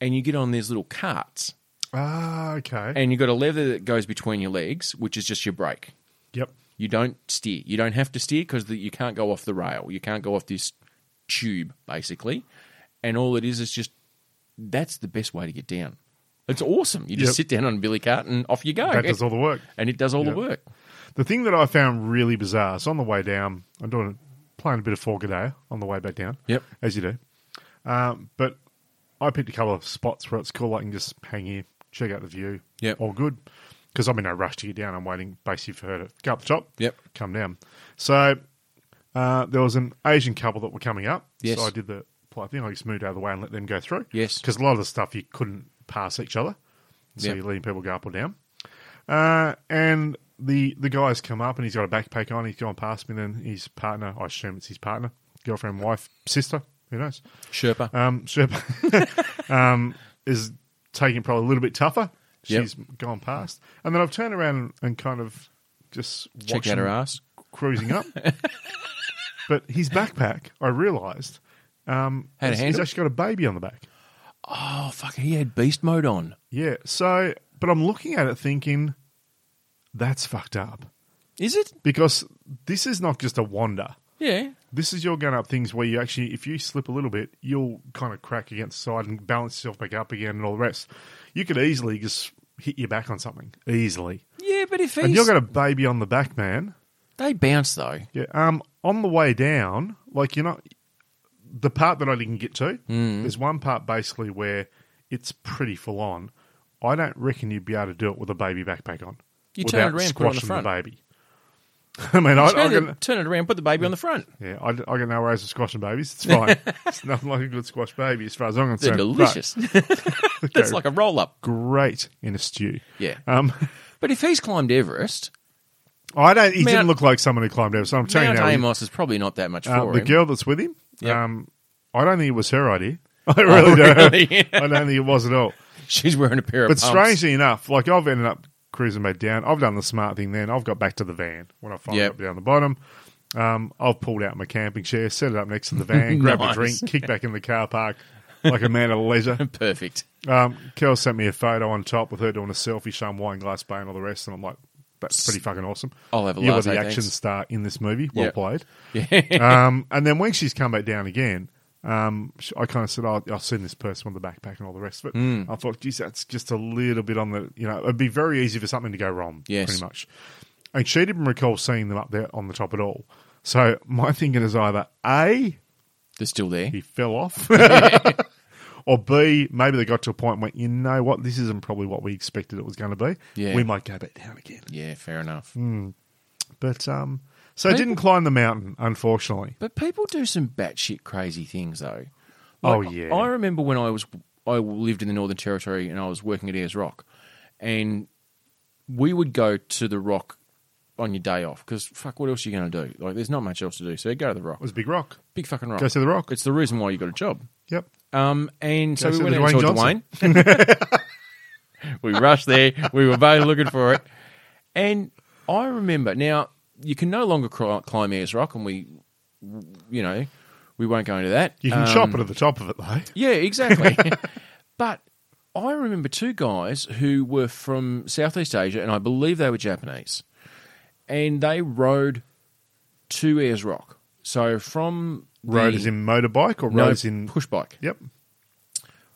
And you get on these little carts,
Ah, okay.
and you've got a lever that goes between your legs, which is just your brake.
yep.
You don't steer. You don't have to steer because you can't go off the rail. You can't go off this tube, basically. And all it is is just that's the best way to get down. It's awesome. You just
Yep.
sit down on a billy cart and off you go.
That does all the work.
and it does all
Yeah.
the work.
The thing that I found really bizarre is on the way down, I'm doing playing a bit of Forgadale on the way back down.
Yep.
As you do. Um, but I picked a couple of spots where it's cool. I can just hang here, check out the view.
Yep.
All good. Because I'm in no rush to get down. I'm waiting basically for her to go up the top.
Yep.
Come down. So uh, there was an Asian couple that were coming up.
Yes.
So I did the polite thing. I just moved out of the way and let them go through.
Yes.
Because a lot of the stuff you couldn't pass each other. So
Yep.
you're letting people go up or down. Uh, and the the guy's come up and he's got a backpack on. He's gone past me. Then his partner, I assume it's his partner, girlfriend, wife, sister, who knows?
Sherpa.
Um, Shep um, is taking it probably a little bit tougher.
Yep.
She's gone past, and then I've turned around and, and kind of just
Check
watching
out her ass.
cruising up. but his backpack, I realised, um,
Had a
he's- he's
handle?
actually got a baby on the back.
Oh fuck! He had beast mode on.
Yeah. So, but I'm looking at it thinking, that's fucked up.
Is it?
because this is not just a wander.
Yeah.
This is your going up things where you actually, if you slip a little bit, you'll kind of crack against the side and balance yourself back up again and all the rest. You could easily just hit your back on something easily,
Yeah, but if
and
he's
you're got a baby on the back, man.
they bounce though.
Yeah. Um. On the way down, like you're not the part that I didn't get to.
Hmm.
There's one part basically where it's pretty full on. I don't reckon you'd be able to do it with a baby backpack on.
You turn it
without
around and put it on the
squashing
front.
baby. I mean, I, I
turn,
can,
it, turn it around, put the baby on the front.
Yeah, I, I got no worries with squashing babies. It's fine. it's nothing like a good squash baby, as far as I'm
They're
concerned.
delicious.
But
That's
go
like a roll up.
great in a stew.
Yeah.
Um,
But if he's climbed Everest,
I don't. He didn't
Mount-
look like someone who climbed Everest. So I'm telling
Mount
you, now,
Amos is probably not that much
uh,
for
the
him.
girl that's with him.
Yep. Oh,
Um, I don't think it was her idea. I really don't.
really?
I don't think it was at all.
She's wearing a pair of
But
pumps.
strangely enough, like I've ended up cruising back down. I've done the smart thing. Then I've got back to the van when I finally
Yep.
got down the bottom. Um, I've pulled out my camping chair, set it up next to the van, grabbed
Nice.
a drink, kicked back in the car park like a man of leisure.
Perfect.
Um, Kel sent me a photo on top with her doing a selfie, showing wine glass bay and all the rest, and I'm like, that's pretty fucking awesome.
I'll have a
You were
latte,
the action
thanks.
star in this movie. Well
Yeah.
played.
Yeah.
um, and then when she's come back down again, um, sh- I kind of said, oh, I've seen this person with the backpack and all the rest of it.
Mm.
I thought, geez, that's just a little bit on the, you know, it'd be very easy for something to go wrong,
Yes.
pretty much. And she didn't recall seeing them up there on the top at all. So my thinking is either A,
They're still there.
he fell off. or B, maybe they got to a point and went, you know what, this isn't probably what we expected it was going to be.
Yeah.
We might go back down again.
Yeah, fair enough.
Hmm. But um, so I
People-
didn't climb the mountain, unfortunately.
But people do some batshit crazy things, though.
Oh, yeah.
I remember when I was I lived in the Northern Territory and I was working at Ayers Rock, and we would go to the Rock on your day off because fuck, what else are you going to do? Like, there's not much else to do, so you go to the Rock.
It was Big Rock.
Big fucking Rock.
Go see the Rock.
It's the reason why you got a job.
Yep.
Um, and so
Go
we
see
went
the
out and saw
Dwayne
Dwayne. we rushed there. We were both looking for it. And I remember now you can no longer cri- climb Ayers Rock, and we, you know, we won't go into that.
You can
Um,
chop it at the top of it, though.
Yeah, exactly. but I remember two guys who were from Southeast Asia, and I believe they were Japanese, and they rode to Ayers Rock. So from the-
Road is in motorbike or
no,
road is in.
push bike,
Yep.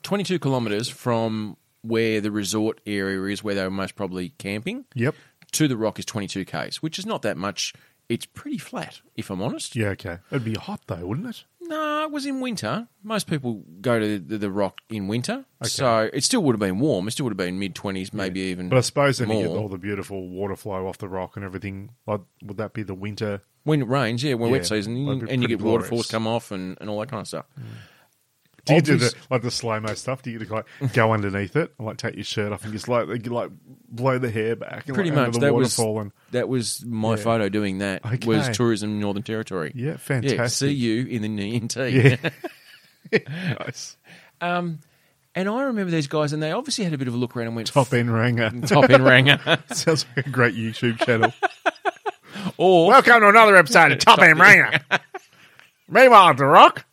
22 kilometres from where the resort area is, where they were most probably camping,
Yep.
to the rock is 22 k's, which is not that much. It's pretty flat, if I'm honest.
Yeah, okay. It'd be hot, though, wouldn't it?
No, it was in winter. Most people go to the, the rock in winter,
Okay.
so it still would have been warm. It still would have been mid twenties, maybe even
But I suppose then you get
More.
all the beautiful water flow off the rock and everything. Like, would that be the winter?
when it rains. Yeah, when
Yeah,
wet season,
that'd
and,
be
you
pretty
get waterfalls
glorious. Mm.
come off and, and all that kind of stuff.
Do you do
Obvious-
the like the slow mo stuff? Do you like go underneath it and like take your shirt off and just like you, like blow the hair back? And,
Pretty
like,
much.
under the
That was
waterfall and
that was my
Yeah.
photo doing that.
Okay.
Was tourism in Northern Territory.
yeah,
yeah. See
fantastic.
you in the knee and tea.
Yeah, nice.
Um, and I remember these guys, and they obviously had a bit of a look around and went
top end ranger.
top end ranger,
Sounds like a great YouTube channel.
or
Welcome to another episode of Top End Ranger. Meanwhile, The Rock.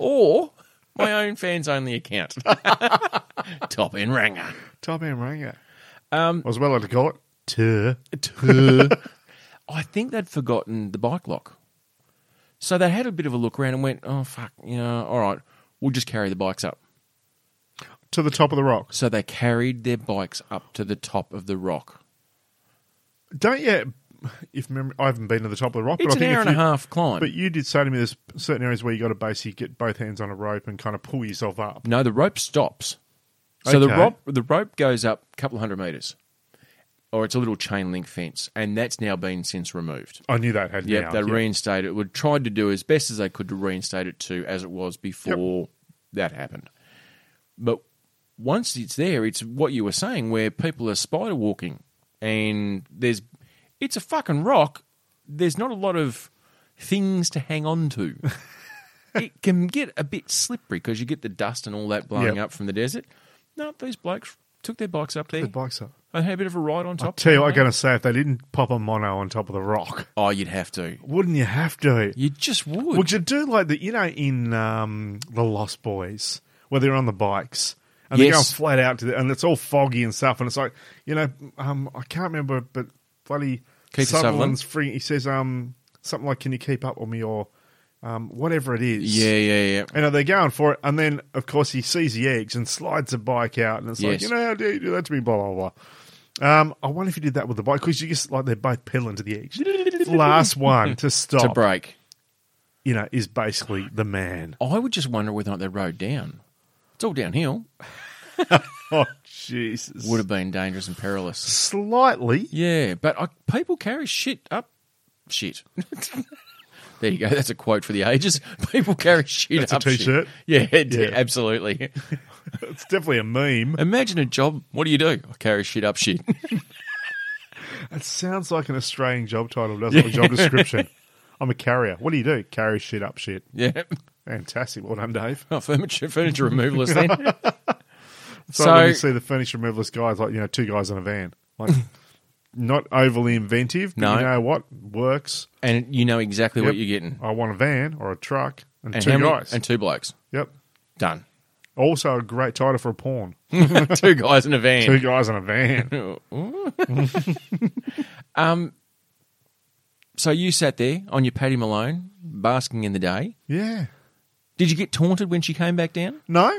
or my own fans only account. Top end ranger.
Top End Ranger.
Um,
Or as well as to call it. Tuh.
I think they'd forgotten the bike lock. So they had a bit of a look around and went, oh, fuck, you know, all right, we'll just carry the bikes up.
To the top of the rock.
So they carried their bikes up to the top of the rock.
Don't you? If memory, I haven't been to the top of the rock,
It's
but I
an
think
hour
if
and a
you,
half climb.
But you did say to me there's certain areas where you got to basically get both hands on a rope and kind of pull yourself up.
No, the rope stops. So the
Okay.
rope the rope goes up a couple of hundred metres. Or it's a little chain link fence, and that's now been since removed.
I knew that had
Yep,
now.
they
yeah.
reinstated it. We tried to do as best as they could to reinstate it to as it was before that happened. But once it's there, it's what you were saying, where people are spider walking, and there's it's a fucking rock. There's not a lot of things to hang on to. it can get a bit slippery because you get the dust and all that blowing
Yep.
up from the desert. No, these blokes took their bikes up there
The bike's up.
and had a bit of a ride on
I'll
top.
tell you, what I'm going to say if they didn't pop a mono on top of the rock,
oh, you'd have to.
wouldn't you have to?
You just would.
Would you do like the you know in um, the Lost Boys where they're on the bikes and they're going
Yes.
flat out to the and it's all foggy and stuff and it's like you know um, I can't remember but bloody
Keith Sutherland?
Sutherland's free he says um something like can you keep up with me or um, whatever it is
yeah, yeah, yeah.
you know, they're going for it. And then, of course, he sees the eggs and slides the bike out. And it's like,
Yes.
you know, how do you do that to me? Blah, blah, blah. Um, I wonder if you did that with the bike because you just like they're both pedaling to the eggs. Last one to stop,
to break.
you know, is basically the man.
I would just wonder whether or not they rode down. It's all downhill.
Oh, Jesus.
Would have been dangerous and perilous.
Slightly.
Yeah, but I, people carry shit up shit. there you go. That's a quote for the ages. People carry shit
That's a
up shit.
t-shirt.
Yeah, it-
Yeah.
absolutely.
It's definitely a meme.
Imagine a job. What do you do? I carry shit up shit.
It sounds like an Australian job title, doesn't it? A job description. I'm a carrier. What do you do? Carry shit up shit.
yeah.
Fantastic. Well done, Dave.
Oh, furniture, furniture removalist then.
So,
So-
when you see the furniture removalist guys, like you know, two guys in a van, like not overly inventive. But
No.
you know what works?
and you know exactly what
Yep.
you're getting.
I want a van or a truck and,
And
two
how many-
guys.
And two blokes.
yep.
Done.
Also, a great title for a porn.
two guys in a van.
Two guys in a van.
um, so you sat there on your Patty Malone, basking in the day.
yeah.
Did you get taunted when she came back down?
No.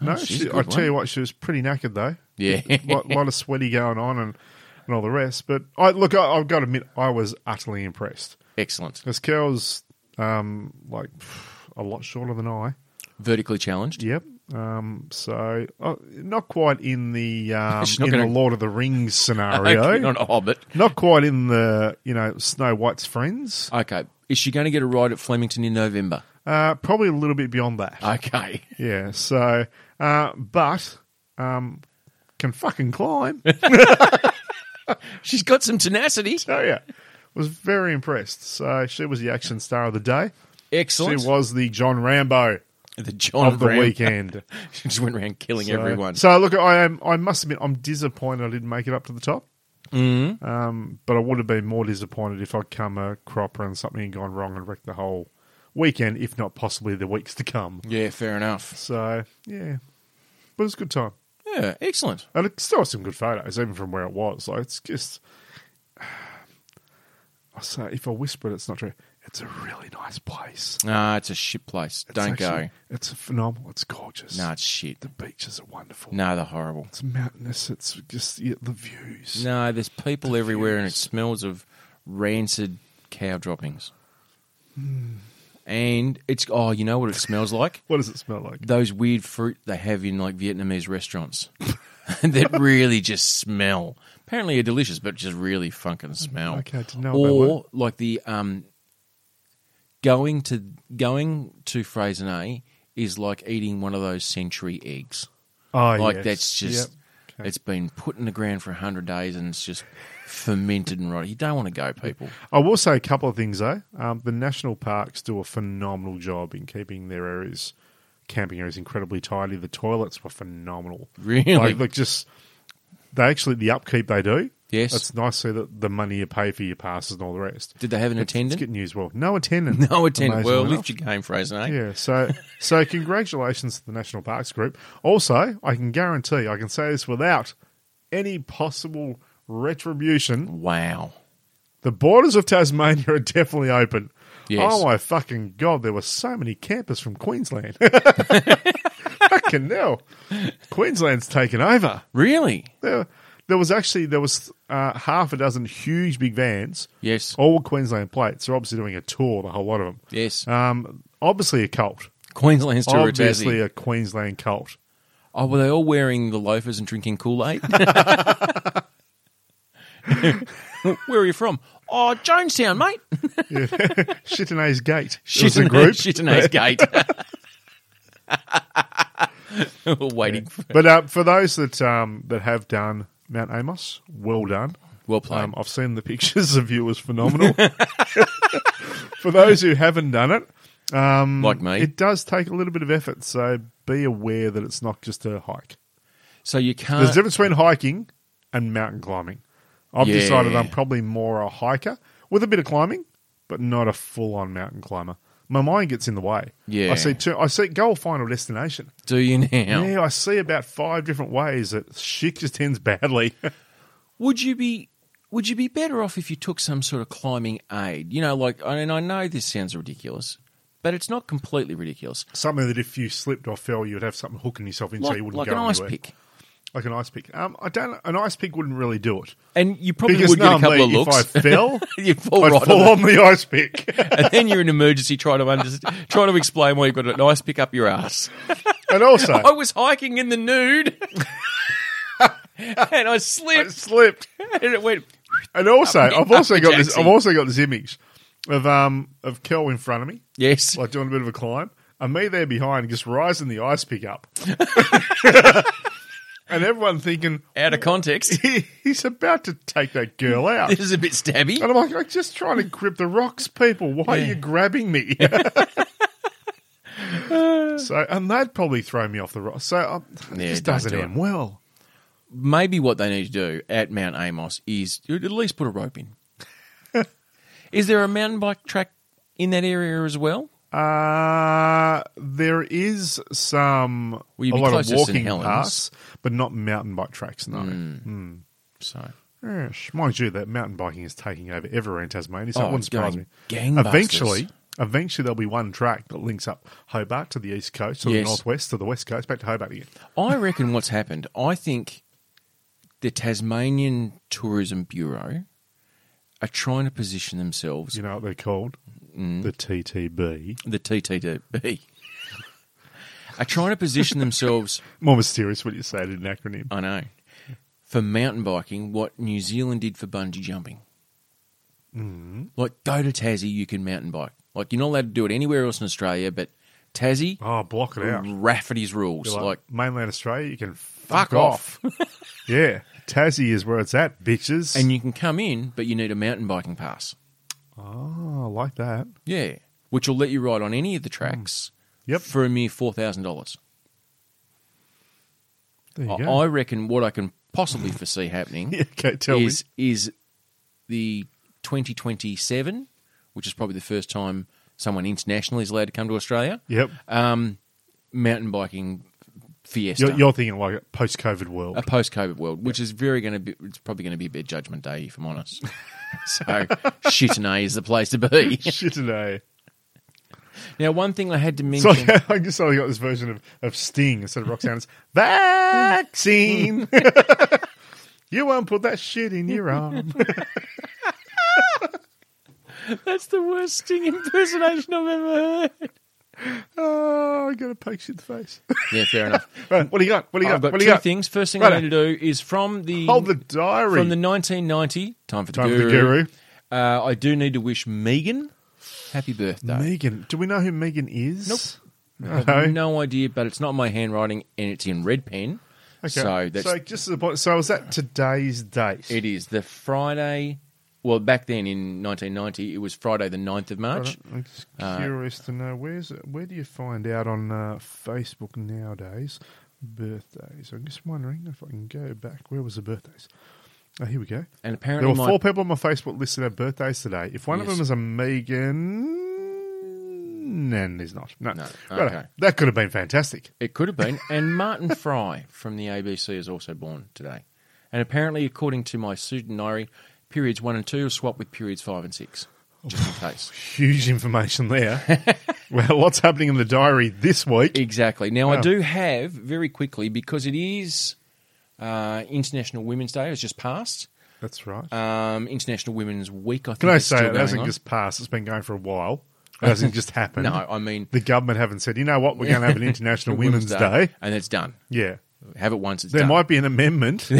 No.
Oh, she's a
she,
good
I tell
one.
you what, she was pretty knackered though.
Yeah.
A lot, lot of sweaty going on and, and all the rest. But I look, I, I've got to admit, I was utterly impressed.
Excellent.
This girl's um, like a lot shorter than I.
Vertically challenged.
Yep. Um, so uh, not quite in the um,
She's not
in
gonna-
the Lord of the Rings
Okay,
scenario.
not
not...
a hobbit.
quite in the you know Snow White's friends.
Okay. Is she going to get a ride at Flemington in November?
Uh, probably a little bit beyond that.
Uh. Okay.
yeah. So, uh, but um, can fucking climb.
She's got some tenacity.
so yeah, was very impressed. So she was the action star of the day.
Excellent.
She was the John Rambo
the John
of the
Ram-
weekend.
she just went around killing
So-
everyone.
So look, I am. I must admit, I'm disappointed I didn't make it up to the top.
Mm.
Um, but I would have been more disappointed if I'd come a cropper and something had gone wrong and wrecked the whole weekend, if not possibly the weeks to come.
Yeah, fair enough.
So, yeah. But it's a good time.
Yeah, excellent.
And it still has some good photos, even from where it was. Like, it's just. I say, if I whisper it, it's not true. It's a really nice place.
Nah, it's a shit place.
It's
Don't
actually- It's phenomenal. It's gorgeous.
go. Nah, it's shit.
The beaches are wonderful.
Nah, they're horrible.
It's mountainous. It's just yeah, the views.
No, there's people everywhere, and it smells of rancid cow droppings. And it's oh, you know what it smells like?
What does it smell like?
Those weird fruit they have in like Vietnamese restaurants that really just smell. Apparently, are delicious, but just really fucking smell.
Okay, I didn't know about
Or like the um, going to going to Freycinet is like eating one of those century eggs.
Oh,
Like
yes.
that's just
Yep. Okay.
it's been put in the ground for hundred days and it's just fermented and rotted. You don't want to go, people.
I will say a couple of things though. Um, the national parks do a phenomenal job in keeping their areas, camping areas, incredibly tidy. The toilets were phenomenal.
Really?
Like, like just they actually the upkeep they do.
Yes.
it's nice to see that the money you pay for your passes and all the rest.
Did they have an
It's
attendant?
good news. Well, no attendant.
no attendant.
Amazing
Well,
enough.
lift your game, Fraser. eh?
Yeah, so so congratulations to the National Parks Group. Also, I can guarantee, I can say this without any possible retribution,
Wow.
the borders of Tasmania are definitely open.
Yes.
Oh my fucking god, there were so many campers from Queensland. fucking hell. Queensland's taken over.
Really?
There, there was actually there was uh, half a dozen huge big vans,
Yes.
all with Queensland plates. They're obviously doing a tour, the whole lot of them.
Yes.
Um, obviously a cult.
Queensland's tour of
obviously
Tassie.
uh, a Queensland cult.
Oh, were they all wearing the loafers and drinking Kool Aid? Where are you from? Oh, Jonestown, mate.
Shittenay's Gate. It was a
Shittenay-
group.
Shittenay's Gate. We're waiting. For,
But uh, for those that um, that have done Mount Amos, well done.
well played.
Um, I've seen the pictures of you; it was phenomenal. for those who haven't done it, um,
Like me.
it does take a little bit of effort. So be aware that it's not just a hike.
so you
There's a
can't.
difference between hiking and mountain climbing. I've
Yeah.
decided I'm probably more a hiker with a bit of climbing, but not a full on mountain climber. My mind gets in the way.
Yeah.
I see two. I see goal final destination.
do you now?
Yeah, I see about five different ways that shit just ends badly.
would you be would you be better off if you took some sort of climbing aid? You know, like I mean, I know this sounds ridiculous, but it's not completely ridiculous.
something that if you slipped or fell, you'd have something hooking yourself in, so
Like,
you wouldn't
like
go
an ice
anywhere.
pick,
Like an ice pick. Um, I don't. An ice pick wouldn't really do it
and you probably
because
would get
now
a couple of
me,
looks.
if I fell,
you fall
I'd
right,
fall
on
on the ice pick.
it. and then you're in emergency trying to under, trying to explain why you've got an ice pick up your ass.
and also,
I
I
was hiking in the nude, and I slipped,
slipped.
and it went.
And also,
Up the-
I've also
up the
got this.
jacksie.
I've also got this image of um of Kel in front of me,
Yes,
like doing a bit of a climb, and me there behind, just rising the ice pick up, and everyone thinking.
out of context.
He, he's about to take that girl out.
This is a bit stabby.
And I'm like, I'm just trying to grip the rocks, people. Why are
Yeah.
you grabbing me? so, and that'd probably throw me off the rocks. So, um, it
Yeah,
just
don't
doesn't
do it.
end well.
maybe what they need to do at Mount Amos is at least put a rope in. is there a mountain bike track in that area as well?
Uh, there is some
Well, you'd
a
be
lot
close
of
to St.
walking
Helens. Hmm.
paths, but not mountain bike tracks. No,
So
Yes. mind you, that mountain biking is taking over everywhere in Tasmania.
Oh,
So it wouldn't
it's
surprise me.
going gangbusters.
Eventually, eventually there'll be one track that links up Hobart to the east coast, to the
Yes.
northwest, to the west coast, back to Hobart again.
I reckon what's happened, I think the Tasmanian Tourism Bureau are trying to position themselves
You know what they're called?
Mm.
The TTB.
the TTDB are trying to position themselves
More mysterious when you say it in an acronym.
I know for mountain biking what New Zealand did for bungee jumping.
Mm.
Like, go to Tassie, you can mountain bike. Like, you're not allowed to do it anywhere else in Australia, but Tassie,
Oh, block it out.
Rafferty's rules.
You're
Like,
like, mainland Australia, you can fuck,
fuck
off.
off.
yeah. Tassie is where it's at, bitches.
and you can come in, but you need a mountain biking pass.
oh, I like that.
Yeah. Which will let you ride on any of the tracks
Mm. Yep.
for a mere $4,000.
There you
I
go.
I reckon what I can possibly foresee happening
okay, tell
is is the 2027, which is probably the first time someone internationally is allowed to come to Australia.
me. Yep.
Um, mountain biking fiesta,
You're, you're thinking like a post COVID world.
a post-COVID world, which is very going to be. It's probably going to be a bit Judgment Day, if I'm honest. so shit and a is the place to be.
Shit today.
Now, one thing I had to
So
mention.
I, I just suddenly got this version of, of Sting instead of Roxanne. It's vaccine. you won't put that shit in your arm.
That's the worst Sting impersonation I've ever heard.
oh, I got to poke shit in the face.
Yeah, fair enough.
Right, what do you got? What do you
I've
got?
got
What
two
do you got?
things. First thing I
Righto.
need to do is from the
Hold the diary.
from the 1990 time for the
Time for
guru.
the guru.
Uh, I do need to wish Megan happy birthday.
Megan. Do we know who Megan is?
I
Nope.
have no idea, but it's not my handwriting, and it's in red pen. So that's
just the point. So is that today's date?
it is the Friday. Well, back then in 1990, it was Friday the 9th of
I
March.
don't- I'm just
Uh,
curious to know where's where do you find out on uh, Facebook nowadays birthdays? I'm just wondering if I can go back. Where was the birthdays? Oh, here we go.
And
There
apparently,
were
my,
four people on my Facebook list that had birthdays today. If one of
Yes.
them is a Megan, then there's not. No,
No,
Righto.
okay.
that could have been fantastic.
It could have been. And Martin Fry from the ABC is also born today. And apparently, according to my student diary, periods one and two are swapped with periods five and six, just in case.
Huge information there. well, what's happening in the diary this week?
Exactly. Now, I
Wow.
do have very quickly because it is uh, International Women's Day. It's just passed.
That's right.
Um, International Women's Week. I think
Can I
it's
say
still
it
going
hasn't
on.
just passed? It's been going for a while. It hasn't just happened.
No, I mean
the government haven't said, you know what, we're going to have an International Women's Day.
and it's done.
Yeah.
Have it once. It's
There
done.
might be an amendment.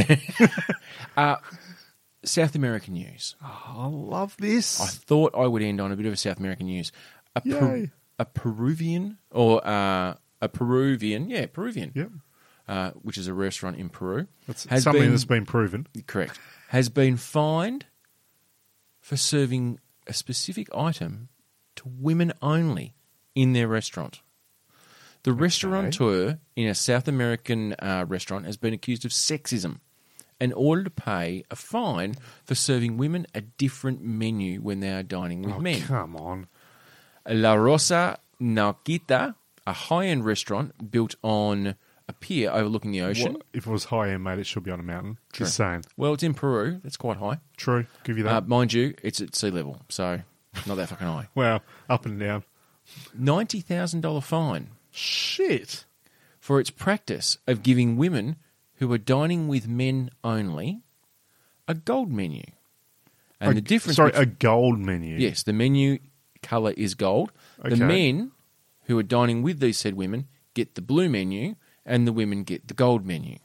South American news.
Oh, I love
I
this.
thought I would end on a bit of a South American news. A,
Yay.
a Peruvian or uh, a Peruvian, yeah, Peruvian,
Yep.
uh, which is a restaurant in Peru,
That's
has
something
been-
that's been proven.
correct has been fined for serving a specific item to women only in their restaurant. The restaurateur in a South American uh, restaurant has been accused of sexism in order to pay a fine for serving women a different menu when they are dining with
Oh,
men.
come on.
La Rosa Nauquita, a high end restaurant built on a pier overlooking the ocean.
What- if it was high end, mate, it should be on a mountain. Just saying.
Well, it's in Peru. That's quite high.
True. Give you
Uh,
that.
mind you, it's at sea level, so not that fucking high.
wow. Up and down.
Ninety thousand dollar fine
Shit.
for its practice of giving women who are dining with men only a gold menu, and
A-
the difference.
Sorry,
between-
a gold menu.
yes, the menu color is gold. The
Okay.
men who are dining with these said women get the blue menu, and the women get the gold menu.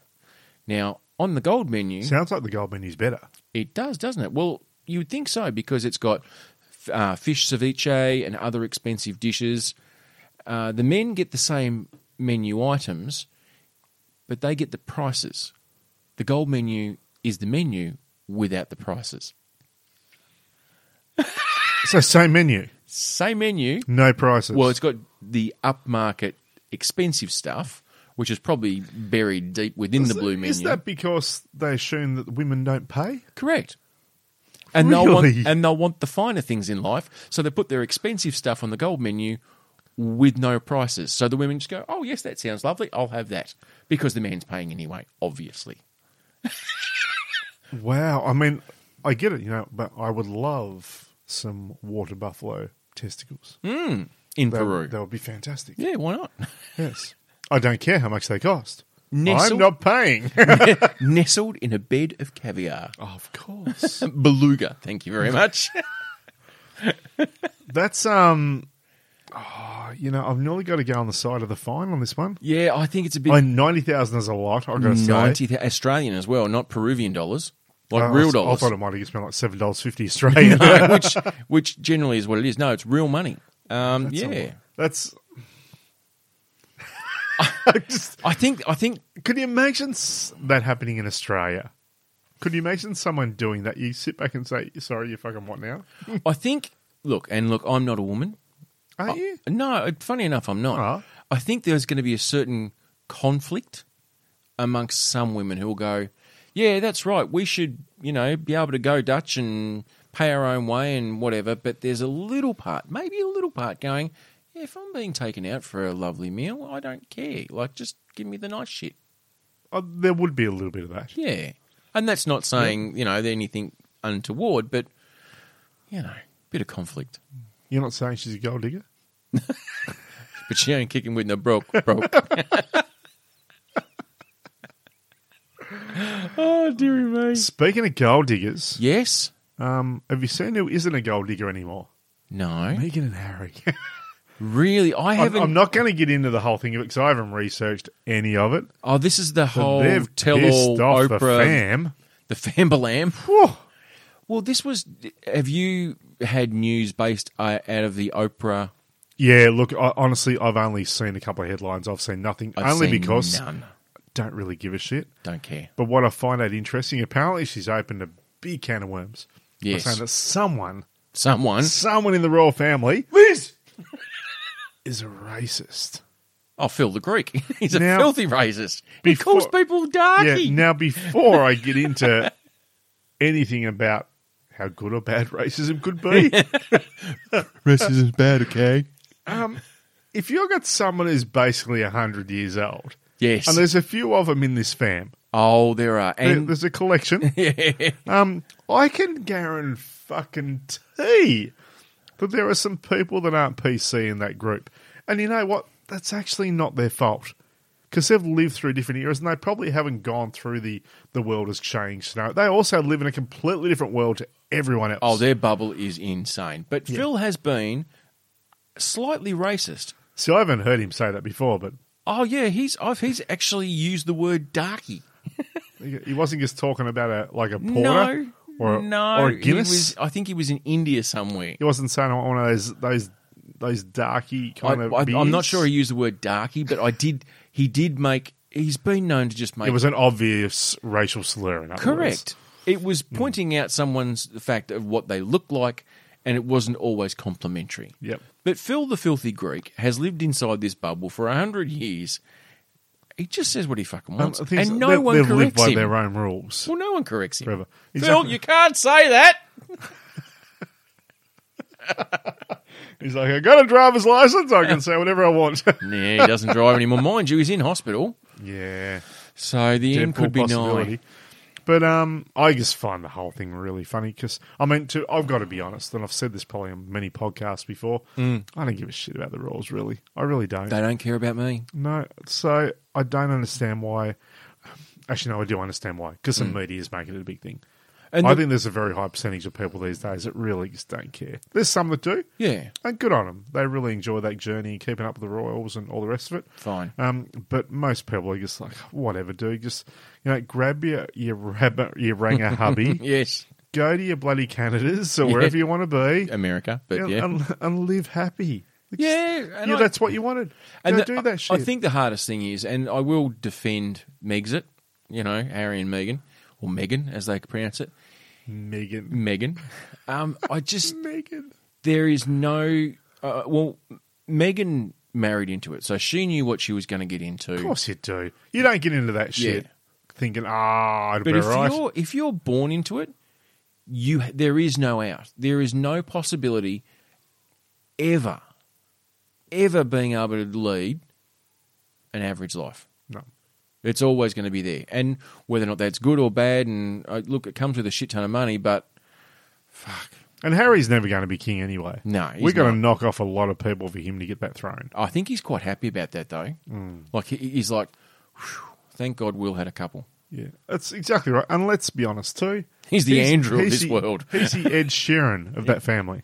Now, on the gold menu,
Sounds like the gold menu's better.
It does, doesn't it? Well, you would think so because it's got f- uh, fish ceviche and other expensive dishes. Uh, the men get the same menu items, but they get the prices. The gold menu is the menu without the prices.
So, same menu,
Same menu.
no prices.
Well, it's got the upmarket expensive stuff, which is probably buried deep within the blue menu.
Is that because they assume that women don't pay?
Correct. And they'll want
Really?
and they'll want the finer things in life, so they put their expensive stuff on the gold menu with no prices. So the women just go, "Oh yes, that sounds lovely. I'll have that," because the man's paying anyway, obviously.
Wow. I mean, I get it, you know, but I would love some water buffalo testicles.
In
That,
Peru,
that would be fantastic.
Mm. yeah, why not?
Yes. I don't care how much they cost.
Nestle-
I'm not paying.
Nestled in a bed of caviar,
of course.
beluga. Thank you very much.
That's um oh, you know, I've nearly got to go on the side of the fine on this one.
yeah, I think it's a
I
bit
mean, 90,000 is a lot, I've got to say.
ninety thou- Australian as well, not Peruvian dollars, like
I- I,
real
s-
dollars,
I thought it might have just been like $7.50 Australian.
which which generally is what it is. No, it's real money. Um,
That's a lot.
yeah,
That's I just
I think I think
Could you imagine s- that happening in Australia? Could you imagine someone doing that? You sit back and say, "Sorry, you fucking what now?"
I think. Look, and look, I'm not a woman.
Aren't you?
No, uh, funny enough, I'm not.
Ah.
I think there's going to be a certain conflict amongst some women who will go, yeah, that's right. We should, you know, be able to go Dutch and pay our own way and whatever. But there's a little part, maybe a little part going, yeah, if I'm being taken out for a lovely meal, I don't care. Like, just give me the nice shit.
Uh, there would be a little bit of that.
Yeah. And that's not saying, you know, anything untoward, but, you know, bit of conflict.
You're not saying she's a gold digger?
But she ain't kicking with no broke, broke. oh, dearie me.
Speaking of gold diggers,
Yes?
um, have you seen who isn't a gold digger anymore?
No.
Megan and Harry.
Really? I
I'm,
haven't.
I'm not going to get into the whole thing of it because I haven't researched any of it.
Oh, this is the
But
whole
they've
tell all
pissed off the
Oprah.
fam.
The, Fambalam.
Whew.
Well, this was. Have you had news based uh, out of the Oprah?
Yeah, look, I, honestly, I've only seen a couple of headlines. I've seen nothing,
I've
only
seen
because
None.
don't really give a shit.
Don't care.
But what I find that interesting, apparently she's opened a big can of worms. by
Yes.
saying that someone,
Someone.
someone in the royal family
Liz!
is a racist.
Oh, Phil the Greek. He's a
Now-
filthy racist. He calls
Before-
people darky.
Yeah. Now, before I get into anything about how good or bad racism could be,
Racism's bad, okay?
um, if you've got someone who's basically hundred years old,
Yes.
and there's a few of them in this fam,
oh, there are.
there-
And
there's a collection.
yeah.
Um, I can guarantee fucking tea that there are some people that aren't PC in that group. And you know what? That's actually not their fault. Because they've lived through different eras and they probably haven't gone through the the world has changed. No, they also live in a completely different world to everyone else.
Oh, their bubble is insane. But Phil has been slightly racist.
See, I haven't heard him say that before, but
Oh yeah, he's I've, he's actually used the word darky.
he he wasn't just talking about a like a porter
no,
or a,
no,
or a
He
Guinness. He,
was, I think he was in India somewhere.
wasn't saying one of those those those darky
I,
kind of.
I, I'm not
beers.
sure he used the word darky, but I did. He did make. He's been known to just make.
It was an obvious racial slur. In other words.
correct. It was
Hmm.
pointing out someone's the fact of what they look like, and it wasn't always complimentary.
Yep.
But Phil the Filthy Greek has lived inside this bubble for a hundred years. He just says what he fucking
Um,
wants,
the thing is,
and no
they-
one
they've lived
corrects
by
him.
their own rules.
Well, no one corrects him.
Forever.
Phil,
Exactly.
you can't say that.
He's like, I got a driver's license. I can say whatever I want.
Yeah, he doesn't drive anymore. Mind you, he's in hospital,
yeah,
so the end
Deadpool
could be
possibility.
nigh.
But um, I just find the whole thing really funny because I mean, to, I've got to be honest, and I've said this probably on many podcasts before. I don't give a shit about the rules, really. I really don't.
Mm. They don't care about me.
no, so I don't understand why. Actually, no, I do understand why because
Mm.
the media is making it a big thing.
And
I
the-
think there's a very high percentage of people these days that really just don't care. There's some that do.
yeah,
and good on them. They really enjoy that journey, keeping up with the Royals and all the rest of it.
fine.
Um, but most people are just like, whatever, dude. Just you know, grab your your rabbit, your ranger hubby,
Yes,
go to your bloody Canadas or wherever you want to be,
America, but
and,
yeah, um,
and, and live happy. Just-
yeah, and
yeah,
I-
that's what you wanted. Go
the-
do
I-
that shit.
I think the hardest thing is, and I will defend Megxit. You know, Harry and Megan, or Megan as they pronounce it,
Megan,
Megan. Um, I just
Megan.
there is no. Uh, well, Megan married into it, so she knew what she was going to get into.
Of course you do. You don't get into that shit
Yeah.
thinking, ah, it'll
But
be
if
all right.
you're if you're born into it, you there is no out. There is no possibility ever, ever being able to lead an average life.
No.
It's always going to be there, and whether or not that's good or bad, and uh, look, it comes with a shit ton of money, but
And Harry's never going to be king anyway.
No, he's
we're going
not.
to knock off a lot of people for him to get that throne.
I think he's quite happy about that though.
Mm.
Like he, he's like, "Phew, thank God Will had a couple.
Yeah, that's exactly right. And let's be honest too.
He's the Andrew of
he's
this
the-
world.
He's the Ed Sheeran of that family.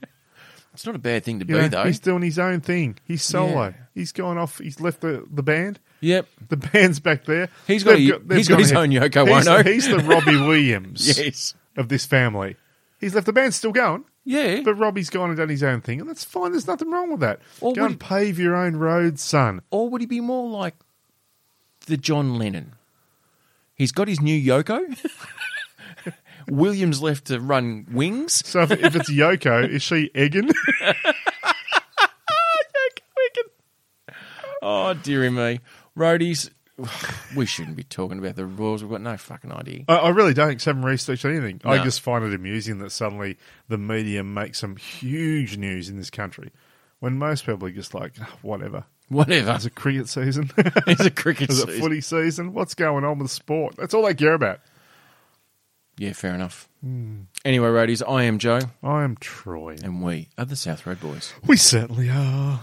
It's not a bad thing to
You
be
know,
though.
He's doing his own thing. He's solo.
Yeah.
He's gone off. He's left the, the band.
Yep.
The band's back there.
He's got
They've
a-
they've
he's got
gone
his
ahead.
own Yoko
he's,
Ono.
He's the Robbie Williams
Yes.
of this family. He's left the band still going,
Yeah.
but Robbie's gone and done his own thing, and that's fine. There's nothing wrong with that.
Or
Go
would-
and pave your own road, son.
or would he be more like the John Lennon? He's got his new Yoko. Williams left to run wings.
So if, if it's Yoko, is she Egan?
Oh dearie me, roadies. we shouldn't be talking about the rules. We've got no fucking idea.
I, I really don't, 'cause I haven't researched anything. I
No.
just find it amusing that suddenly the media makes some huge news in this country when most people are just like, "Ah, whatever.
Whatever.
Is it cricket season?
Ah. It's a cricket
Is it
season.
footy season? What's going on with sport? That's all they care about.
Yeah, fair enough.
Hmm.
Anyway, roadies, I am Joe,
I am Troy.
and we are the South Road Boys.
We certainly are.